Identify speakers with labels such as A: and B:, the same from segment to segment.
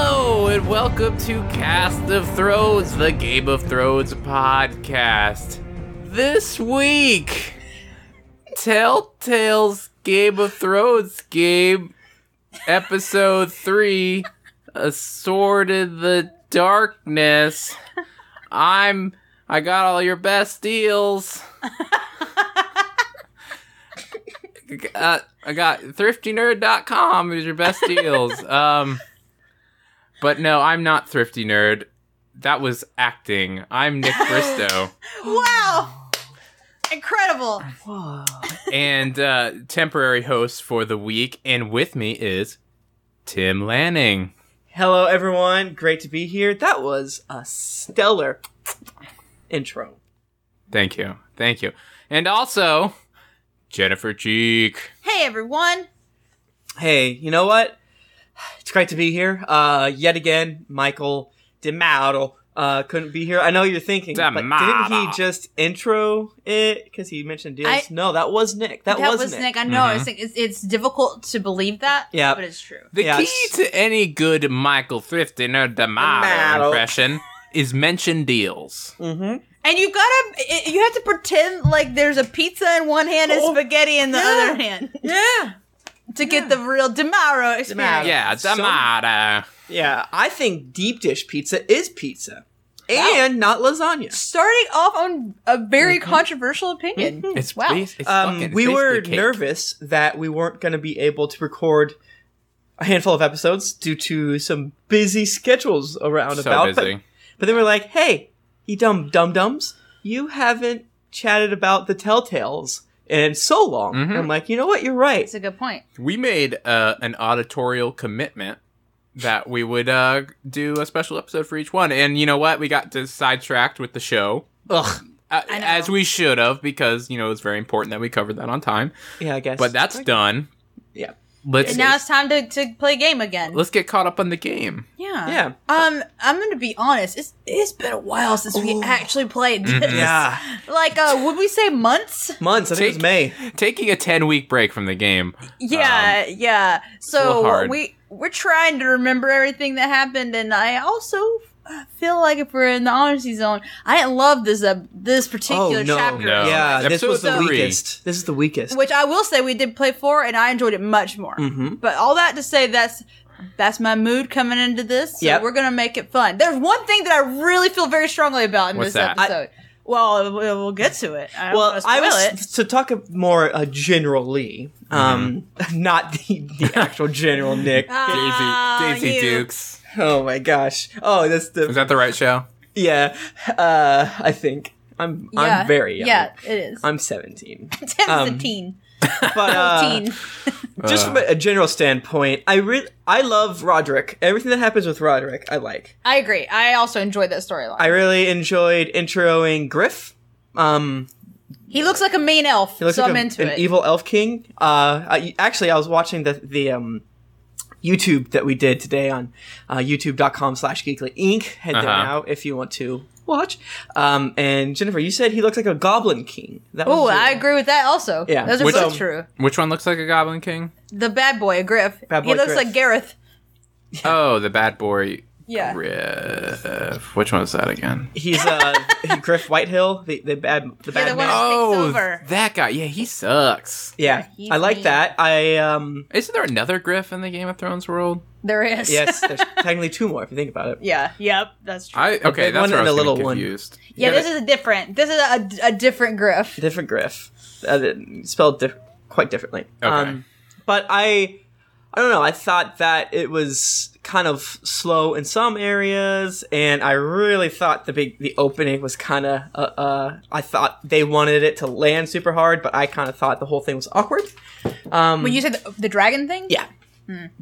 A: and welcome to Cast of Thrones, the Game of Thrones podcast. This week, Telltale's Game of Thrones game, episode 3, A Sword in the Darkness. I'm, I got all your best deals. Uh, I got thriftinerd.com is your best deals. Um, but no, I'm not thrifty nerd. That was acting. I'm Nick Bristow,
B: Wow! Incredible.
A: and uh, temporary host for the week. And with me is Tim Lanning.
C: Hello, everyone. Great to be here. That was a stellar intro.
A: Thank you, thank you. And also Jennifer Cheek.
B: Hey everyone.
C: Hey, you know what? It's great to be here. Uh, yet again, Michael DeMauro uh, couldn't be here. I know you're thinking, but didn't he
A: DeMauro.
C: just intro it because he mentioned deals?
B: I-
C: no, that was Nick. That, Mm-hmm.
B: That was, Nick. I know. I was
A: Mhm.
B: like, it's, it's difficult to believe that.
C: Yeah.
B: But it's true.
A: The
C: Yeah,
A: key
C: it's-
A: to any good Michael Thrifty nerd D'Amato
C: D'Amato.
A: impression is mention deals.
C: Mm-hmm.
B: And you gotta, i- you have to pretend like there's a pizza in one hand and
C: Oh,
B: spaghetti in the
C: yeah.
B: other hand
C: Yeah.
B: to get the real Demaro experience.
C: Demaro.
A: Yeah,
C: So-
A: D'Amato.
C: Yeah. I think deep dish pizza is pizza and not lasagna.
B: Starting off on a very
C: Mm-hmm.
B: controversial opinion.
A: It's,
B: wow.
A: bas- it's fucking-
C: Um,
A: it's
C: we
A: basically
C: were
A: cake.
C: nervous that we weren't going to be able to record a handful of episodes due to some busy schedules around
A: So
C: about.
A: busy.
C: But, but then we're like, hey, you dumb dum dums, you haven't chatted about the Telltales in so long.
A: Mhm.
C: I'm like, you know what? You're right.
B: It's a good point.
A: We made uh, an auditorial commitment that we would uh, do a special episode for each one, and you know what? We got to sidetracked with the show,
C: Ugh.
A: uh,
B: I know.
A: as we should have, because you know it's very important that we covered that on time.
C: Yeah, I guess.
A: But that's done.
C: Yeah.
A: Let's
B: And now it's time to, to play game again.
A: let's get caught up on the game.
B: Yeah.
C: Yeah.
B: Um, I'm gonna be honest. It's it's been a while since we
C: Ooh.
B: actually played. This.
C: Oh. Mm-hmm. Yeah.
B: Like, uh, would we say months?
C: Months. I think it
A: Take-
C: was May.
A: Taking a ten week break from the game.
B: Yeah,
C: Um,
B: yeah.
A: little
B: So
A: hard.
B: we we're trying to remember everything that happened, and I also uh, feel like if we're in the honesty zone, I didn't love this uh, this particular
C: Oh, no.
B: chapter.
A: No.
C: Yeah, this
A: Episode
C: was the
A: three.
C: weakest. This is the weakest.
B: Which I will say we did play four, and I enjoyed it much more.
C: Mm-hmm.
B: But all that to say, that's that's my mood coming into this. So
C: Yep.
B: we're gonna make it fun. There's one thing that I really feel very strongly about in
A: What's
B: this
A: that?
B: episode. well, we'll we'll get to it. I don't
C: well,
B: wanna
C: I
B: spoil
C: was
B: it.
C: to talk ab- more uh, generally,
A: Mm-hmm.
C: um, not the, the actual general Nick.
B: Ah,
A: Daisy, Daisy
B: you.
A: Dukes.
C: Oh my gosh! Oh, that's the
A: Is that the right show?
C: yeah. Uh, I think I'm
B: Yeah.
C: I'm very young.
B: Yeah, it is.
C: I'm 17.
B: Tim's a
C: um,
B: teen.
C: But uh,
B: teen.
C: just from a, a general standpoint, I re- I love Roderick. Everything that happens with Roderick, I like.
B: I agree. I also enjoyed that storyline.
C: I really enjoyed introing Griff. Um,
B: He looks like a mean elf,
C: He looks
B: so
C: like
B: I'm
C: a-
B: into
C: an
B: it.
C: evil elf king. Uh, I, actually, I was watching the the um, YouTube that we did today on uh, youtube.com slash geekly inc. Head there
A: Uh-huh.
C: now if you want to watch. Um, and Jennifer, you said he looks like a goblin king. That was
B: Oh,
C: your-
B: I agree with that also.
C: Yeah. um,
B: those are
A: Which-
B: both true.
A: Which one looks like a Goblin King?
B: The bad boy, Griff.
C: Bad
B: he
C: boy
B: looks
C: Griff.
B: like Gareth.
A: Oh, the bad boy.
B: Yeah.
A: Griff. Which one is that again?
C: He's uh, Griff Whitehill, the, the bad the bad
B: the one-
C: man.
A: Oh,
B: over.
A: that guy. Yeah, he sucks.
C: yeah,
B: He's
C: I like
B: mean.
C: that. I um,
A: Isn't there another Griff in the Game of Thrones world?
B: There is.
C: yes, there's technically two more if you think about it.
B: yeah. Yep. That's true.
A: I okay,
C: big
A: that's
C: one
A: where I
C: and
A: was
C: a
A: little
C: little one.
A: confused.
B: yeah. This is a different. This is a, a different Griff.
C: different Griff, uh, spelled diff- quite differently. Um,
A: Okay.
C: but I, I don't know. I thought that it was kind of slow in some areas, and I really thought the big the opening was kind of. Uh, uh, I thought they wanted it to land super hard, but I kind of thought the whole thing was awkward. Um,
B: When you said the, the dragon thing,
C: yeah.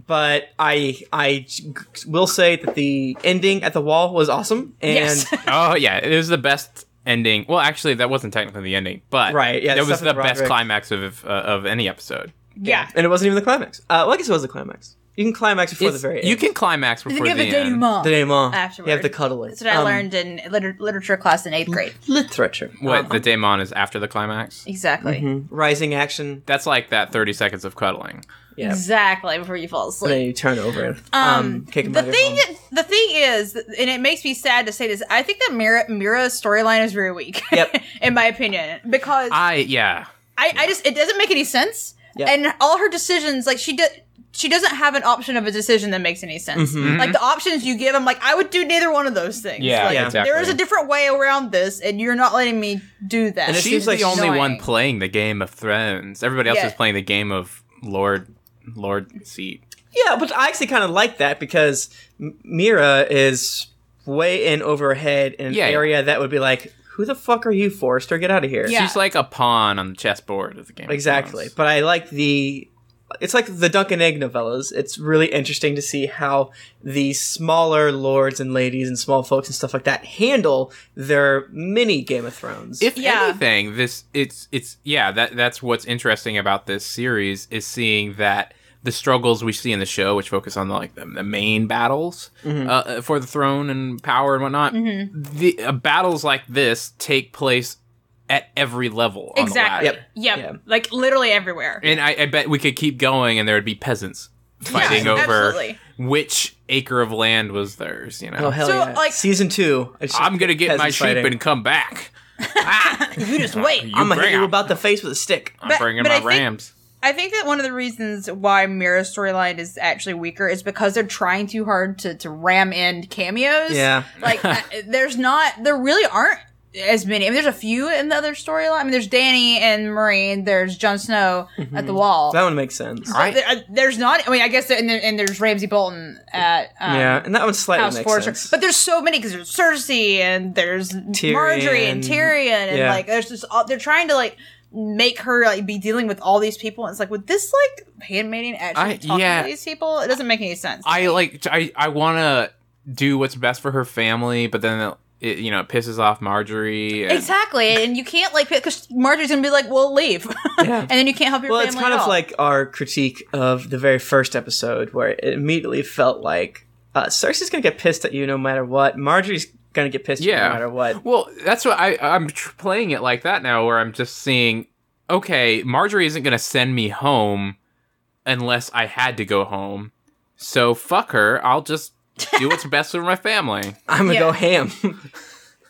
C: But I I g- will say that the ending at the wall was awesome and
B: Yes.
A: oh yeah, it was the best ending. Well, actually, that wasn't technically the ending, but
C: Right, yeah,
A: that
C: stuff
A: was the
C: with
A: best
C: Roderick.
A: climax of uh, of any episode.
B: yeah.
C: and it wasn't even the climax. Uh, well, I guess it was the climax. You can climax before
A: It's-
C: the very end.
A: you can climax
B: You
A: before
B: think
A: the
B: of a
A: end.
B: denouement.
C: the denouement.
B: Afterward.
C: You have to cuddle it.
B: That's what I
C: Um,
B: learned in liter- literature class in eighth grade.
C: Literature.
A: What
C: Um,
A: the daemon is after the climax?
B: Exactly.
C: Mhm. Rising action.
A: That's like that thirty seconds of cuddling.
C: Yeah.
B: Exactly before you fall
C: And
B: asleep.
C: then you turn over and um,
B: Um,
C: kick him
B: the
C: by
B: thing,
C: Your bum.
B: the thing is, and it makes me sad to say this. I think that Mira Mira's storyline is very weak.
C: Yep.
B: in my opinion, because I,
A: I yeah.
B: I, just it doesn't make any sense,
C: Yep.
B: and all her decisions, like she does. She doesn't have an option of a decision that makes any sense.
C: Mhm.
B: Like the options you give, I'm like, I would do neither one of those things.
A: Mm-hmm. Yeah,
B: Like,
C: Yeah.
A: exactly.
B: There is a different way around this, and you're not letting me do that.
C: And it
A: She's
C: seems like
A: the only
B: annoying.
A: one playing the Game of Thrones. Everybody else
B: Yeah.
A: is playing the game of Lord Lord Seat.
C: Yeah, but I actually kind of like that because M- Mira is way in over her head in an
A: Yeah.
C: area that would be like, "Who the fuck are you, Forrester? Get out of here!"
B: Yeah.
A: She's like a pawn on the chessboard of the game. of
C: Exactly.
A: Thrones.
C: But I like the. It's like the Duncan Egg novellas. It's really interesting to see how the smaller lords and ladies and small folks and stuff like that handle their mini Game of Thrones.
A: if
B: Yeah.
A: anything this it's it's yeah that that's what's interesting about this series is seeing that the struggles we see in the show which focus on like the, the main battles
C: Mm-hmm.
A: uh, uh, for the throne and power and whatnot
B: Mm-hmm.
A: the uh, battles like this take place at every level on the
B: Exactly.
A: ladder.
B: Yep.
C: Yeah.
B: Like literally everywhere.
A: and I, I bet we could keep going and there would be peasants fighting over
B: absolutely.
A: which acre of land was theirs you know
C: oh hell
B: So,
C: yeah!
B: like-
C: Season two. It's just
A: i'm gonna get my
C: peasants
A: sheep
C: fighting.
A: and come back Ah,
B: You just wait.
A: you
C: I'm gonna
A: bring
C: hit you
A: 'em.
C: about the face with a stick.
A: i'm
B: But-
A: bringing
B: but
A: my
B: I think-
A: rams
B: I think that one of the reasons why Mira's storyline is actually weaker is because they're trying too hard to, to ram in cameos.
C: Yeah.
B: Like, uh, there's not, there really aren't as many. I mean, there's a few in the other storyline. I mean, there's Danny and Marine, there's Jon Snow at the wall.
C: Mm-hmm. That one makes sense.
B: So there- uh, there's not, I mean, I guess, there, and, there, and there's Ramsey Bolton at um,
C: yeah, and that one slightly
B: House
C: makes
B: Forrester.
C: sense.
B: But there's so many because there's Cersei and there's Marjorie and
C: Tyrion.
B: Tyrion and
C: Yeah.
B: like there's just all, they're trying to like make her like be dealing with all these people. And it's like would this like handmaiden actually
A: I-
B: talk
A: yeah.
B: to these people? It doesn't make any sense.
A: I like I I want to do what's best for her family, but then it, you know it pisses off Marjorie. and-
B: exactly, and you can't like because Marjorie's gonna be like, "We'll leave," and then you can't help your
C: well,
B: family.
C: it's kind
B: at
C: of
B: all.
C: like our critique of the very first episode, where it immediately felt like uh, Cersei's gonna get pissed at you no matter what. Marjorie's gonna get pissed at you
A: Yeah.
C: no matter what.
A: Well, that's what I I'm tr- playing it like that now, where I'm just seeing, okay, Marjorie isn't gonna send me home unless I had to go home. So fuck her. I'll just do what's best for my family.
C: I'm gonna
B: Yeah.
C: go ham.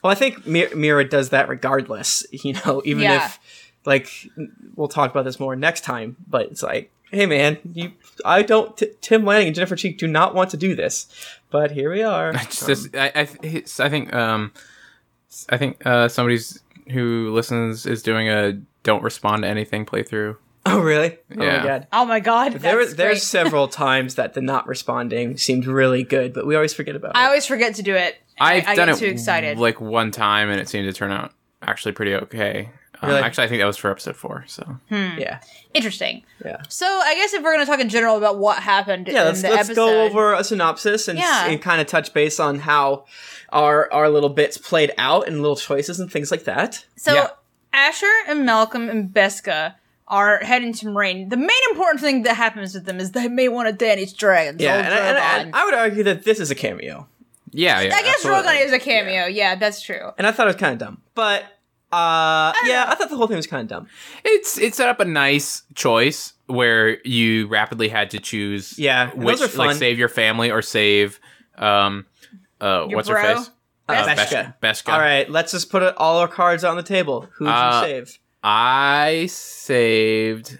C: well, I think Mi- Mira does that regardless. You know, even
B: Yeah.
C: if like we'll talk about this more next time, but it's like, hey man, you, I don't. T- Tim Lanning and Jennifer Cheek do not want to do this, but here we are.
A: It's just I I, th- it's- I think um I think uh somebody's who listens is doing a don't respond to anything playthrough.
C: oh really? Oh
A: Yeah.
C: my god.
B: oh my god,
C: There,
B: that's
C: were- there's
B: great.
C: several times that the not responding seemed really good, but we always forget about
B: I
C: it.
B: always forget to do it. I,
A: I've
B: I
A: done
B: get
A: it
B: too excited.
A: like one time, and it seemed to turn out actually pretty okay. Um,
C: Really?
A: Actually, I think that was for episode four. So
B: Um,
C: Yeah,
B: Interesting.
C: yeah,
B: So I guess if we're gonna talk in general about what happened,
C: yeah.
B: in
C: Let's
B: the
C: let's go
B: episode-
C: over a synopsis and,
B: Yeah.
C: and kind of touch base on how our our little bits played out and little choices and things like that.
B: So
A: Yeah.
B: Asher and Malcolm and Beska are heading to Moraine. The main important thing that happens with them is they may want to Danny's dragons.
C: Yeah,
B: Yeah,
C: and I, and I- and I would argue that this is a cameo,
A: yeah, yeah.
B: I guess
A: absolutely.
B: Drogon is a cameo. Yeah, that's true.
C: and I thought it was kind of dumb, but uh, yeah, I thought the whole thing was kind of dumb.
A: It's it set up a nice choice where you rapidly had to choose.
C: Yeah, and
A: which
C: those are fun.
A: like save your family or save um uh
B: Your
A: what's
B: bro?
A: her face
C: Uh,
A: Uh,
C: Beshka.
A: Beshka.
C: All right, let's just put it- all our cards on the table. Who'd
A: Uh,
C: you save?
A: I saved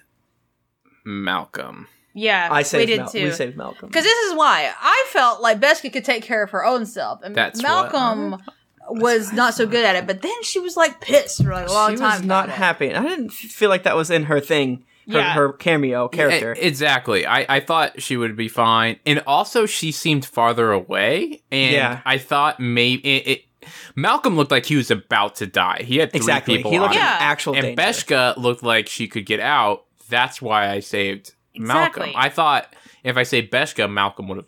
A: Malcolm.
B: Yeah,
C: I saved.
B: we did
C: Mal-
B: too.
C: We saved Malcolm.
B: Because this is why I felt like Beska could take care of her own self, and
A: That's what-
B: Malcolm was not so good at it. But then she was like pissed for like a long
C: she
B: time.
C: was not
B: about it.
C: happy. I didn't feel like that was in her thing, her,
B: Yeah.
C: her cameo character.
A: E- exactly. I, I thought she would be fine, and also she seemed farther away, and
C: Yeah.
A: I thought maybe it, it, Malcolm looked like he was about to die. He had three
C: exactly.
A: people
C: He looked
A: on
C: at
B: Yeah.
A: him,
C: actual
A: and
C: danger.
A: Beshka looked like she could get out. That's why I saved
B: Exactly.
A: Malcolm. I thought if I saved Beshka, Malcolm would have,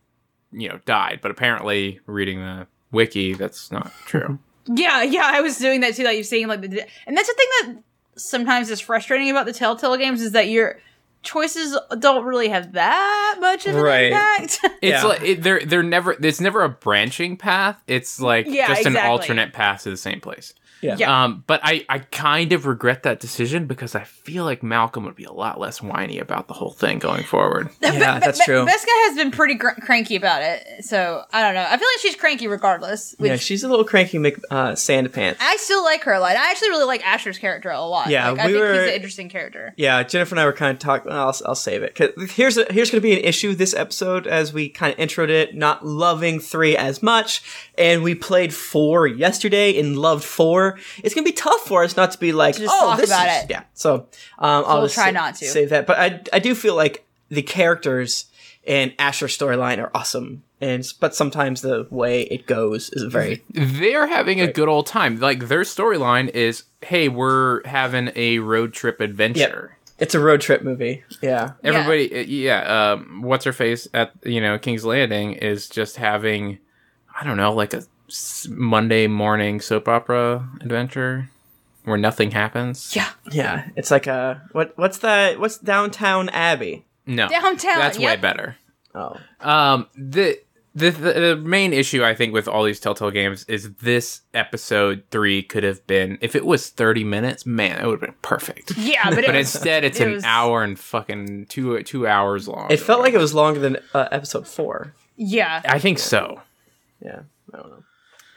A: you know, died. But apparently, reading the wiki, that's not true.
B: Yeah, yeah, I was doing that too. Like you're seeing like the, and that's the thing that sometimes is frustrating about the Telltale games is that your choices don't really have that much of an
C: Right.
B: impact.
A: It's
C: Yeah.
A: like it, they're they're never. It's never a branching path. It's like
B: Yeah,
A: just an
B: exactly.
A: alternate path to the same place.
C: Yeah.
B: Yeah.
A: Um, but I, I kind of regret that decision because I feel like Malcolm would be a lot less whiny about the whole thing going forward.
C: Yeah, that's true.
B: Beska has been pretty gr- cranky about it, so I don't know. I feel like she's cranky regardless. Which
C: yeah, she's a little cranky, Mc, uh, Sand Pants.
B: I still like her a lot. I actually really like Asher's character a lot.
C: Yeah,
B: like, I
C: we
B: think
C: were-
B: he's an interesting character.
C: Yeah, Jennifer and I were kind of talking. I'll, I'll save it. 'Cause here's a, here's going to be an issue this episode as we kind of introed it, not loving three as much, and we played four yesterday and loved four. It's going to be tough for us not to be like,
B: To just
C: oh,
B: talk
C: this
B: about
C: is-
B: it.
C: Yeah, so um, I'll
B: we'll
C: just
B: try
C: sa-
B: not to.
C: save that. But I I do feel like the characters and Asher's storyline are awesome, and but sometimes the way it goes is very
A: They're having a good old time. Like their storyline is, hey, we're having a road trip adventure.
C: it's a road trip movie. Yeah,
B: Yeah.
A: Everybody, uh, yeah. um, what's her face at you know King's Landing is just having, I don't know, like a s- Monday morning soap opera adventure where nothing happens.
B: Yeah,
C: yeah. It's like a what what's that? What's Downtown Abbey?
A: No,
B: Downtown,
A: That's way
B: yep.
A: better.
C: Oh.
A: Um, the, the the the main issue I think with all these Telltale games is this episode three could have been if it was thirty minutes, man, it would have been perfect.
B: yeah, but,
A: But
B: it was,
A: instead, it's
B: it
A: an
B: was-
A: hour and fucking two two hours long.
C: It felt like it was longer than uh, episode four.
B: yeah.
A: I think so.
C: Yeah, I don't know.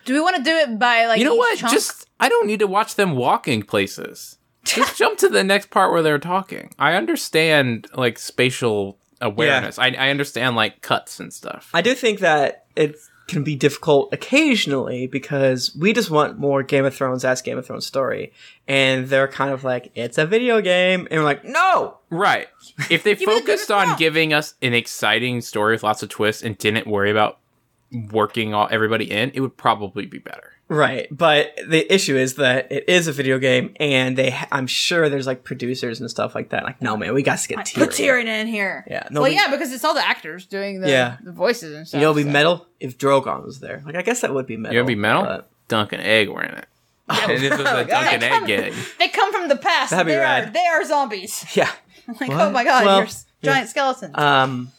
B: Do we want to do it by like
A: You know
B: each
A: what?
B: chunk?
A: Just I don't need to watch them walking places. Just jump to the next part where they're talking. I understand like spatial awareness. I I understand like cuts and stuff.
C: I do think that it can be difficult occasionally because we just want more Game of Thrones as Game of Thrones story, and they're kind of like it's a video game, and we're like, no,
A: Right. If they
B: Give me the
A: focused
B: good
A: on
B: stuff.
A: giving us an exciting story with lots of twists and didn't worry about working all everybody in, it would probably be better.
C: Right, but the issue is that it is a video game, and they, ha- I'm sure there's like producers and stuff like that. Like, no, man, we got to get
B: put
C: Tyrion.
B: Tyrion in here.
C: Yeah, no,
B: well,
C: we-
B: yeah, because it's all the actors doing the,
C: Yeah.
B: the voices and stuff.
C: You know, it'd
B: so.
C: be metal if Drogon was there. Like, I guess that would be metal.
A: You know what'd be metal?
C: but-
A: Dunkin' Egg were in it. and this was a Dunkin' Egg gig.
B: They come from the past.
C: That'd be
B: they are
C: rad.
B: they are zombies.
C: yeah.
B: Like
C: What?
B: oh my god,
C: Well,
B: you're s- giant skeletons.
C: Um,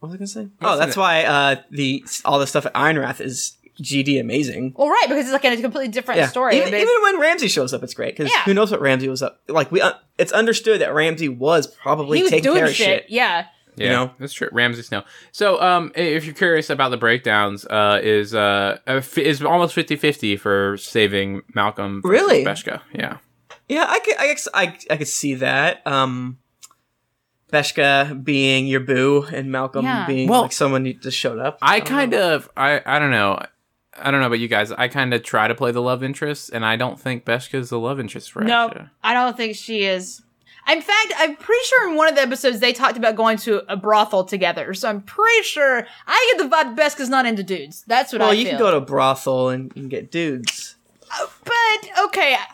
C: what was I gonna say? oh,
A: Wasn't
C: that's
A: it-
C: why uh the all the stuff at Ironwrath is GD amazing.
B: well, right, because it's like a completely different
C: Yeah,
B: story.
C: Even,
B: but-
C: even when Ramsey shows up, it's great because
B: Yeah.
C: who knows what Ramsey was up? Like we, uh, it's understood that Ramsey was probably
B: he was
C: taking care
B: doing
C: of
B: shit.
C: shit.
B: Yeah.
A: Yeah,
C: know?
A: that's true. Ramsey Snow. So, um, i- if you're curious about the breakdowns, uh, is uh, uh, f- is almost 50-50 for saving Malcolm. versus
C: Really?
A: Beshka. Yeah.
C: Yeah, I could, I, ex- I, I could see that. Um, Beshka being your boo and Malcolm
B: Yeah.
C: being
A: Well-
C: like someone who just showed up.
A: I
C: don't
A: kind
C: know.
A: of I I don't know. I don't know about you guys. I kind of try to play the love interest, and I don't think Beshka is the love interest for
B: No,
A: Asha.
B: I don't think she is. In fact, I'm pretty sure in one of the episodes they talked about going to a brothel together. So I'm pretty sure I get the vibe Beska's not into dudes. That's what
C: Well,
B: I
C: you
B: feel.
C: can go to a brothel and, and get dudes.
B: but okay, I-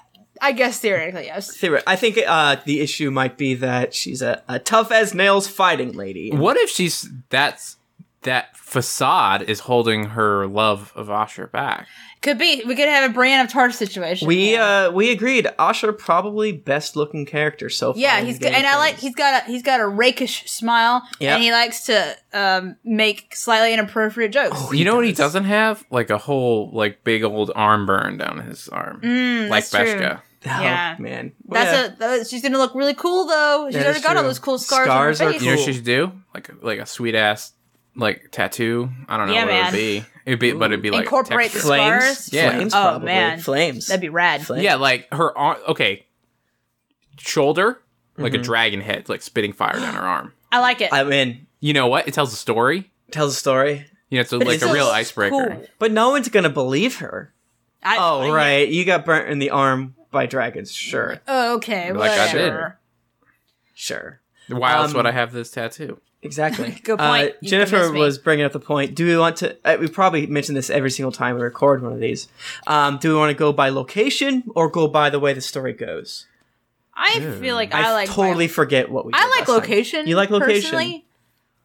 B: I guess theoretically yes.
C: Theoret- I think uh, the issue might be that she's a, a tough as nails fighting lady.
A: What if she's that's that facade is holding her love of Asher back?
B: Could be. We could have a brand of Tartar situation.
C: We
B: Yeah.
C: uh we agreed. Asher probably best looking character so far.
B: Yeah,
C: in
B: he's
C: Game
B: good, and
C: of
B: I like
C: Thrones.
B: he's got a he's got a rakish smile,
C: Yeah.
B: and he likes to um, make slightly inappropriate jokes.
C: Oh,
A: you know what he
C: does.
A: doesn't have? Like a whole like big old arm burn down his arm,
B: Mm,
A: like
B: that's true.
A: Beshka.
C: Oh,
B: yeah.
C: man.
B: That's
C: yeah.
B: a that- she's gonna look really cool though. She's
C: That
B: already
C: is
B: got all
C: true.
B: those cool scars.
C: Scars
B: on her
C: are
B: face.
A: You know what
C: Cool.
A: she should do? Like a- like a sweet ass like tattoo. I don't know
B: Yeah,
A: what
B: man.
A: it would be. It'd be, but it'd be like
B: Incorporate
A: texture.
B: the
C: flames.
B: scars?
A: Yeah.
C: Flames.
B: Oh,
C: probably.
B: man.
C: Flames.
B: That'd be rad.
C: Flames.
A: Yeah, like her arm. Okay, shoulder like a dragon head, like spitting fire down her arm.
B: I like it.
C: I mean,
A: You know what? It tells a story.
C: tells a story,
A: You know, it's a,
B: But
A: like
B: it's
A: a
B: still
A: real
B: cool.
A: icebreaker.
C: but no one's gonna believe her.
B: I-
C: Oh
B: I-
C: right, you got burnt in the arm by dragons. Sure,
B: Okay.
A: Like I did.
B: whatever.
C: sure.
A: Why else
C: Um,
A: would I have this tattoo?
C: Exactly.
B: Good point.
C: Uh,
B: You
C: Jennifer
B: convinced me.
C: was bringing up the point. Do we want to? Uh, we probably mention this every single time we record one of these. Um, do we want to go by location or go by the way the story goes?
B: I
A: Dude.
B: feel like
C: I,
B: I, like
C: totally
B: My,
C: forget what we. did
B: I like
C: last time.
B: location.
C: You like location.
B: Personally.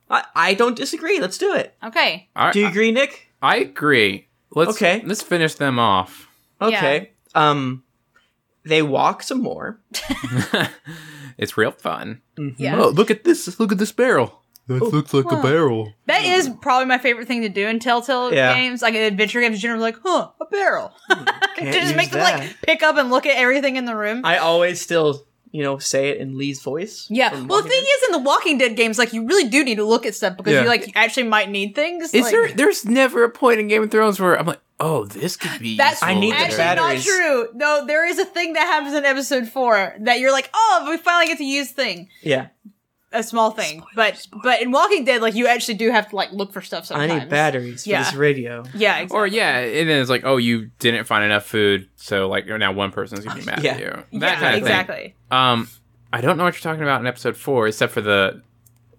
C: I, I don't disagree. Let's do it.
B: Okay.
A: I,
C: Do you agree, Nick?
A: I, I agree. Let's
C: Okay.
A: Let's finish them off.
C: Okay. Um, they walk some more.
A: it's real fun.
B: Yeah.
C: Mm-hmm.
B: Oh,
A: Oh, look at this! Look at this barrel.
D: That looks like
B: huh.
D: a barrel.
B: That is probably my favorite thing to do in Telltale
C: Yeah.
B: games. Like in adventure games, generally, like, huh, a barrel.
C: Can't
B: just
C: use
B: make them
C: that.
B: like pick up and look at everything in the room.
C: I always still, you know, say it in Lee's voice.
B: yeah.
C: from
B: Well, the
C: Walking
B: thing
C: Dead.
B: is, in the Walking Dead games, like you really do need to look at stuff because
D: Yeah.
B: you like actually might need things.
A: Is
B: like,
A: there? There's never a point in Game of Thrones where I'm like, oh, this could be.
B: That's
A: useful
C: I need the
A: later.
B: actually
C: battery. batteries.
B: not true. No, there is a thing that happens in episode four that you're like, oh, we finally get to use thing,
C: yeah,
B: a small thing. but but in Walking Dead, like you actually do have to like look for stuff sometimes.
C: I need batteries
B: Yeah.
C: for this radio.
B: Yeah, exactly.
A: Or yeah, and then it's like, oh, you didn't find enough food, so like now one person's gonna be mad
C: Yeah.
A: at you. That
B: Uh, yeah,
A: kind of
B: exactly.
A: thing. Um, I don't know what you're talking about in episode four, except for the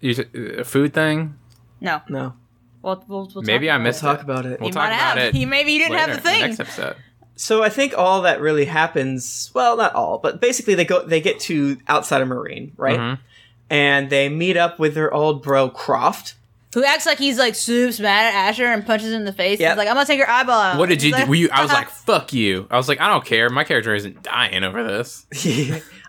A: you s- uh, food thing.
B: No,
C: No,
B: we'll, we'll, we'll
A: Maybe
B: talk
A: I
B: about
A: missed
B: it.
C: talk about it.
A: We'll
B: He
A: talk
B: might
A: about
B: have.
A: it
B: He maybe you didn't have
A: Later,
B: the thing.
A: Next episode.
C: So I think all that really happens. Well, not all, but basically they go. They get to outside of Marine, right?
A: Mhm.
C: And they meet up with their old bro Croft.
B: Who acts like he's like soups mad at Asher and punches him in the face.
C: Yep.
B: He's like, I'm gonna take your eyeball out.
A: What did you
B: He's
A: do?
B: like,
A: Were you, I was
B: "Uh-huh."
A: like, fuck you. I was like, I don't care. My character isn't dying over this.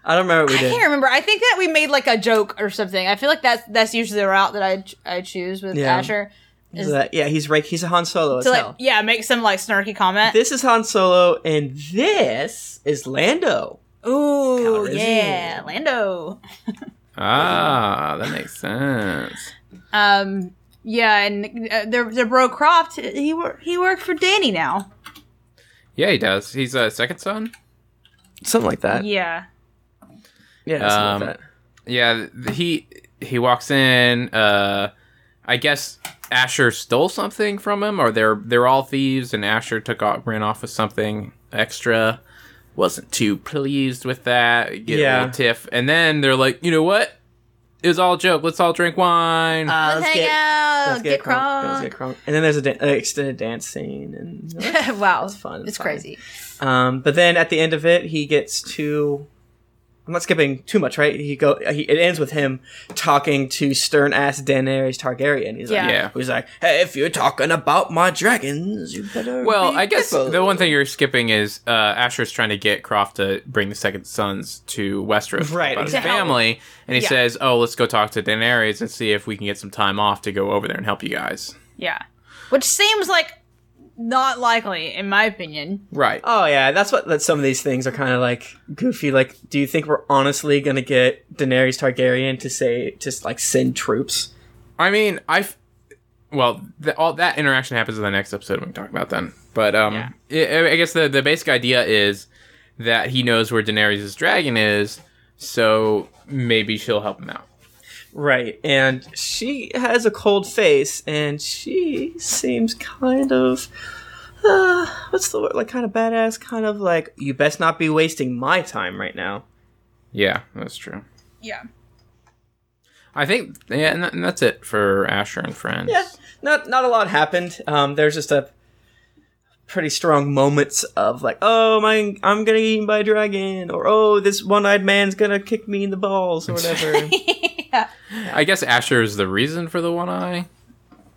C: I don't remember what we
B: I
C: did.
B: can't remember. I think that we made like a joke or something. I feel like that's that's usually the route that I ch- I choose with
C: Yeah.
B: Asher
C: So that- yeah, he's right. He's a Han Solo as
B: to like
C: hell.
B: yeah make some like snarky comment.
C: This is Han Solo, and this is Lando.
B: Ooh
C: Calrissian.
B: yeah, Lando.
A: Ah, that makes sense.
B: Um yeah, and uh, their their bro Croft he wor- he worked for Danny now.
A: Yeah, he does. He's a second son.
C: Something like that.
B: Yeah.
C: Yeah, something like
A: Um,
C: that.
A: Yeah, th- he he walks in. Uh, I guess Asher stole something from him, or they're they're all thieves, and Asher took off, ran off with something extra. Wasn't too pleased with that. Get yeah, a
C: Yeah.
A: little tiff, and then they're like, you know what? It was all a joke. Let's all drink wine.
C: Uh,
B: Let's, hang out.
C: let's
B: get,
C: crunk.
B: crunk.
C: Let's get crunk. And then there's a da- uh, extended dance scene, and
B: wow,
C: It's fun, it's
B: It's
C: fun.
B: crazy.
C: um, but then at the end of it, he gets to. I'm not skipping too much, right? He go. He, it ends with him talking to stern ass Daenerys Targaryen. He's
B: Yeah.
C: like,
A: Yeah.
C: He's like, hey, if you're talking about my dragons, you better.
A: well,
C: be
A: I guess
C: careful."
A: the one thing you're skipping is uh, Asher's trying to get Croft to bring the second sons to Westeros,
C: Right,
A: About his
B: To help.
A: family, and he
B: Yeah.
A: says, "Oh, let's go talk to Daenerys and see if we can get some time off to go over there and help you guys."
B: Yeah. Which seems like not likely, in my opinion.
A: Right.
C: Oh yeah, that's what that some of these things are kind of like goofy. Like, do you think we're honestly gonna get Daenerys Targaryen to say just like send troops?
A: I mean, I. f- Well, th- all that interaction happens in the next episode. We can talk about then. But um,
B: Yeah.
A: I, I guess the the basic idea is that he knows where Daenerys' dragon is, so maybe she'll help him out.
C: Right, and she has a cold face, and she seems kind of. Uh, what's the word? Like, kind of badass, kind of like, you best not be wasting my time right now.
A: Yeah, that's true.
B: Yeah.
A: I think yeah, and, that- and that's it for Asher and friends.
C: Yeah, not not a lot happened. Um, there's just a pretty strong moments of like, oh my, I'm gonna get eaten by a dragon, or oh, this one-eyed man's gonna kick me in the balls, or whatever.
B: yeah.
A: I guess Asher is the reason for the one eye.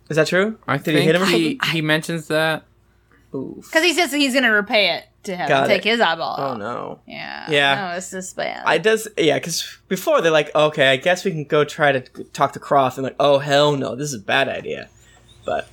C: Is that true?
A: I
C: Did
A: think
C: he hit him or
A: he, he mentions that.
C: Oof.
B: Because he says that he's going to repay it to him,
C: Got
B: take
C: it.
B: his eyeball.
C: Oh
B: out.
C: no.
B: Yeah.
C: Yeah.
B: No, it's just bad.
C: I does yeah, because before they're like, okay, I guess we can go try to talk to Croft, and like, oh hell no, this is a bad idea. But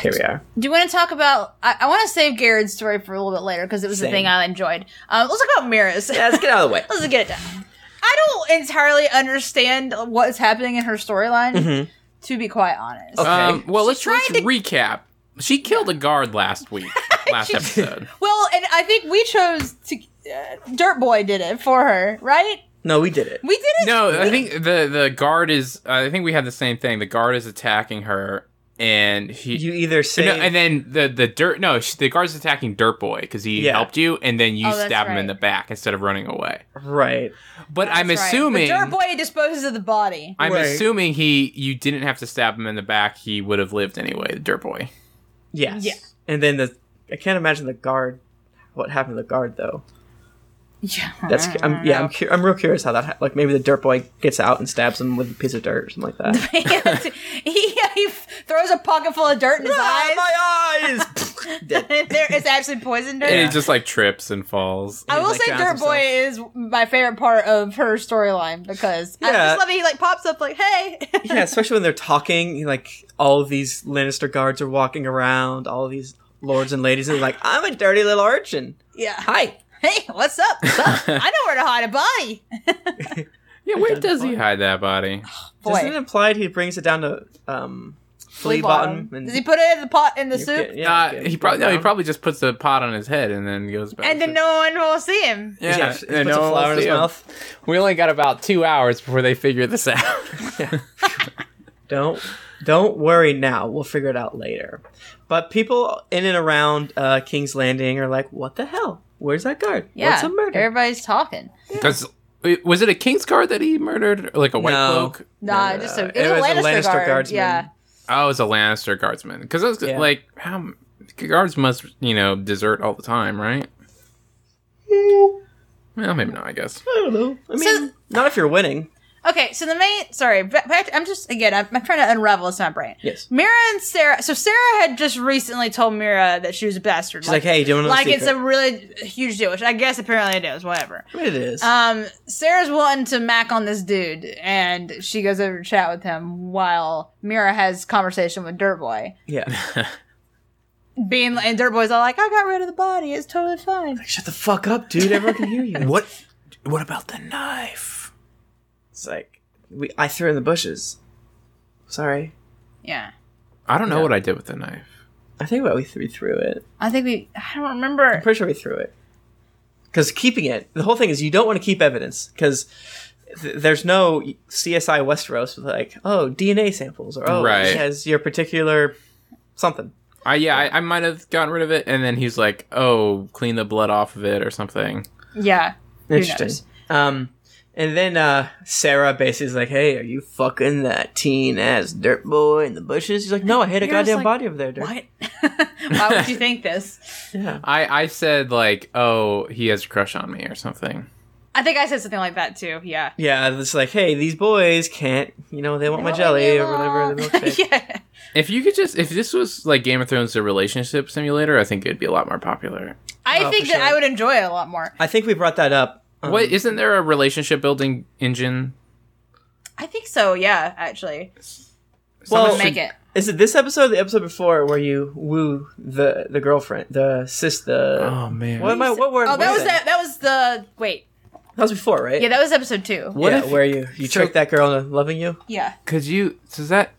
C: here we are.
B: Do you want to talk about? I, I want to save Garrett's story for a little bit later because it was the
C: Same.
B: thing I enjoyed. Um, let's talk about Mira's.
C: Yeah, let's get out of the way.
B: let's just get it done. I don't entirely understand what's happening in her storyline, to be quite honest.
C: Mm-hmm.
A: Um,
C: Okay.
A: well, let's,
B: She's
A: let's
B: trying to-
A: recap. She killed a guard last week, last episode.
B: Well, and I think we chose to. Uh, Dirt Boy did it for her, right?
C: No, we did it.
B: We did it.
A: No, I think the the guard is. I think we had the same thing. The guard is attacking her, and he.
C: You either say
A: no, and then the the dirt. No, sh- the guard's attacking Dirt Boy because he
C: Yeah.
A: helped you, and then you
B: Oh, that's
A: stab him in
B: right.
A: the back instead of running away.
C: right.
A: But I'm
B: That's right.
A: assuming.
B: the dirt boy disposes of the body.
A: I'm
C: Right.
A: assuming he. You didn't have to stab him in the back. He would have lived anyway. The Dirt Boy.
C: Yes.
B: Yeah.
C: And then the I can't imagine the guard. What happened to the guard though?
B: Yeah,
C: That's I'm,
B: Uh.
C: yeah. I'm cu- I'm real curious how that ha- like maybe the dirt boy gets out and stabs him with a piece of dirt or something like that.
B: he, he throws a pocket full of dirt in his eyes.
C: Ah, my eyes. Dead.
B: there, it's actually poison dirt.
A: And he
C: Yeah.
A: just like trips and falls.
B: I
C: he,
B: will
C: like,
B: say
C: drowns
B: Dirt Boy is my favorite part of her storyline because I
C: Yeah.
B: just love it. He like pops up like, "Hey,
C: yeah, especially when they're talking, like all of these Lannister guards are walking around, all these lords and ladies, and they're like, I'm a dirty little urchin.
B: yeah,
C: Hi.
B: hey, what's up? What's up? I know where to hide a body."
A: Yeah, where does he hide that body?
C: Doesn't it
B: Boy,
C: implied he brings it down to um, flea bottom? and
B: Does he put it in the pot in the
C: you
B: soup?
C: get- yeah,
A: uh,
C: you get
A: he probably no, he
C: down.
A: probably just puts a pot on his head and then goes back.
B: and
A: to-
B: then no one will see him.
A: yeah,
C: Yeah, he
A: and
C: puts
A: no one
C: a flower in
A: will
C: his
A: see him.
C: mouth.
A: We only got about two hours before they figure this out.
C: Don't don't worry now. We'll figure it out later. But people in and around uh, King's Landing are like, what the hell? Where's that guard?
B: Yeah,
C: What's a murder?
B: everybody's talking.
A: Does- was it a king's guard that he murdered, or like a white
C: No.
A: cloak?
B: Nah,
C: no,
B: just
C: no.
B: a,
C: uh, It
B: it was, a Lannister, guard.
C: guardsman.
B: Yeah,
A: Oh, it's a Lannister guardsman. Because I was
C: Yeah.
A: like, how guards must you know desert all the time, right? Well, maybe not. I guess.
C: I don't know. I
B: So-
C: mean, not if you're winning.
B: Okay, so the main sorry, back, back I'm just again I'm, I'm trying to unravel this in my brain.
C: Yes.
B: Mira and Sarah. So Sarah had just recently told Mira that she was a bastard.
C: She's like, hey, do you want to know
B: like
C: the
B: it's a
C: secret?"
B: really huge deal, which I guess apparently it is. Whatever.
C: I mean, it is.
B: Um, Sarah's wanting to mac on this dude, and she goes over to chat with him while Mira has conversation with Dirtboy.
C: yeah.
B: Being and Dirtboy's all like, "I got rid of the body. It's totally fine."
C: Shut the fuck up, dude. Everyone can hear you.
A: What? What about the knife?
C: It's like we I threw it in the bushes. Sorry.
B: Yeah,
A: I don't know what I did with the knife.
C: I think what we th- we threw it.
B: I think we. I don't
C: I'm
B: remember.
C: pretty sure we threw it. Because keeping it, the whole thing is you don't want to keep evidence because th- there's no CSI Westeros with like oh DNA samples or oh
A: Right.
C: it has your particular something.
A: I yeah, I, I might have gotten rid of it, and then he's like, "Oh, clean the blood off of it or something."
B: Yeah,
C: Interesting.
B: knows?
C: Um, and then uh, Sarah basically is like, "Hey, are you fucking that teen ass dirt boy in the bushes?" He's like, "No, I hid a
B: You're just
C: goddamn
B: like,
C: body over there, dirt."
B: What? Why would you think this?
C: Yeah.
A: I I said like, "Oh, he has a crush on me" or something.
B: I think I said something like that too. Yeah.
C: Yeah, it's like, hey, these boys can't, you know, they want my jelly or whatever. The milkshake.
B: yeah.
A: If you could just, if this was like Game of Thrones, a relationship simulator, I think it'd be a lot more popular.
B: I
C: Oh,
B: think
C: for
B: that
C: sure.
B: I would enjoy it a lot more.
C: I think we brought that up. Um,
A: what isn't there a relationship building engine?
B: I think so. Yeah, actually,
C: Well-
B: we'll
A: Someone
B: make
A: should-
B: it.
C: is it this episode or the episode before where you woo the the girlfriend, the sis, the
A: Oh man,
C: what am I? What word?
B: Oh, that
C: what
B: was
C: is it?
B: that. That was the wait.
C: That was before, right?
B: Yeah, that was episode two.
A: What
C: yeah,
A: if-
C: where you you
A: so-
C: tricked that girl into loving you?
B: Yeah.
A: could you? Does that?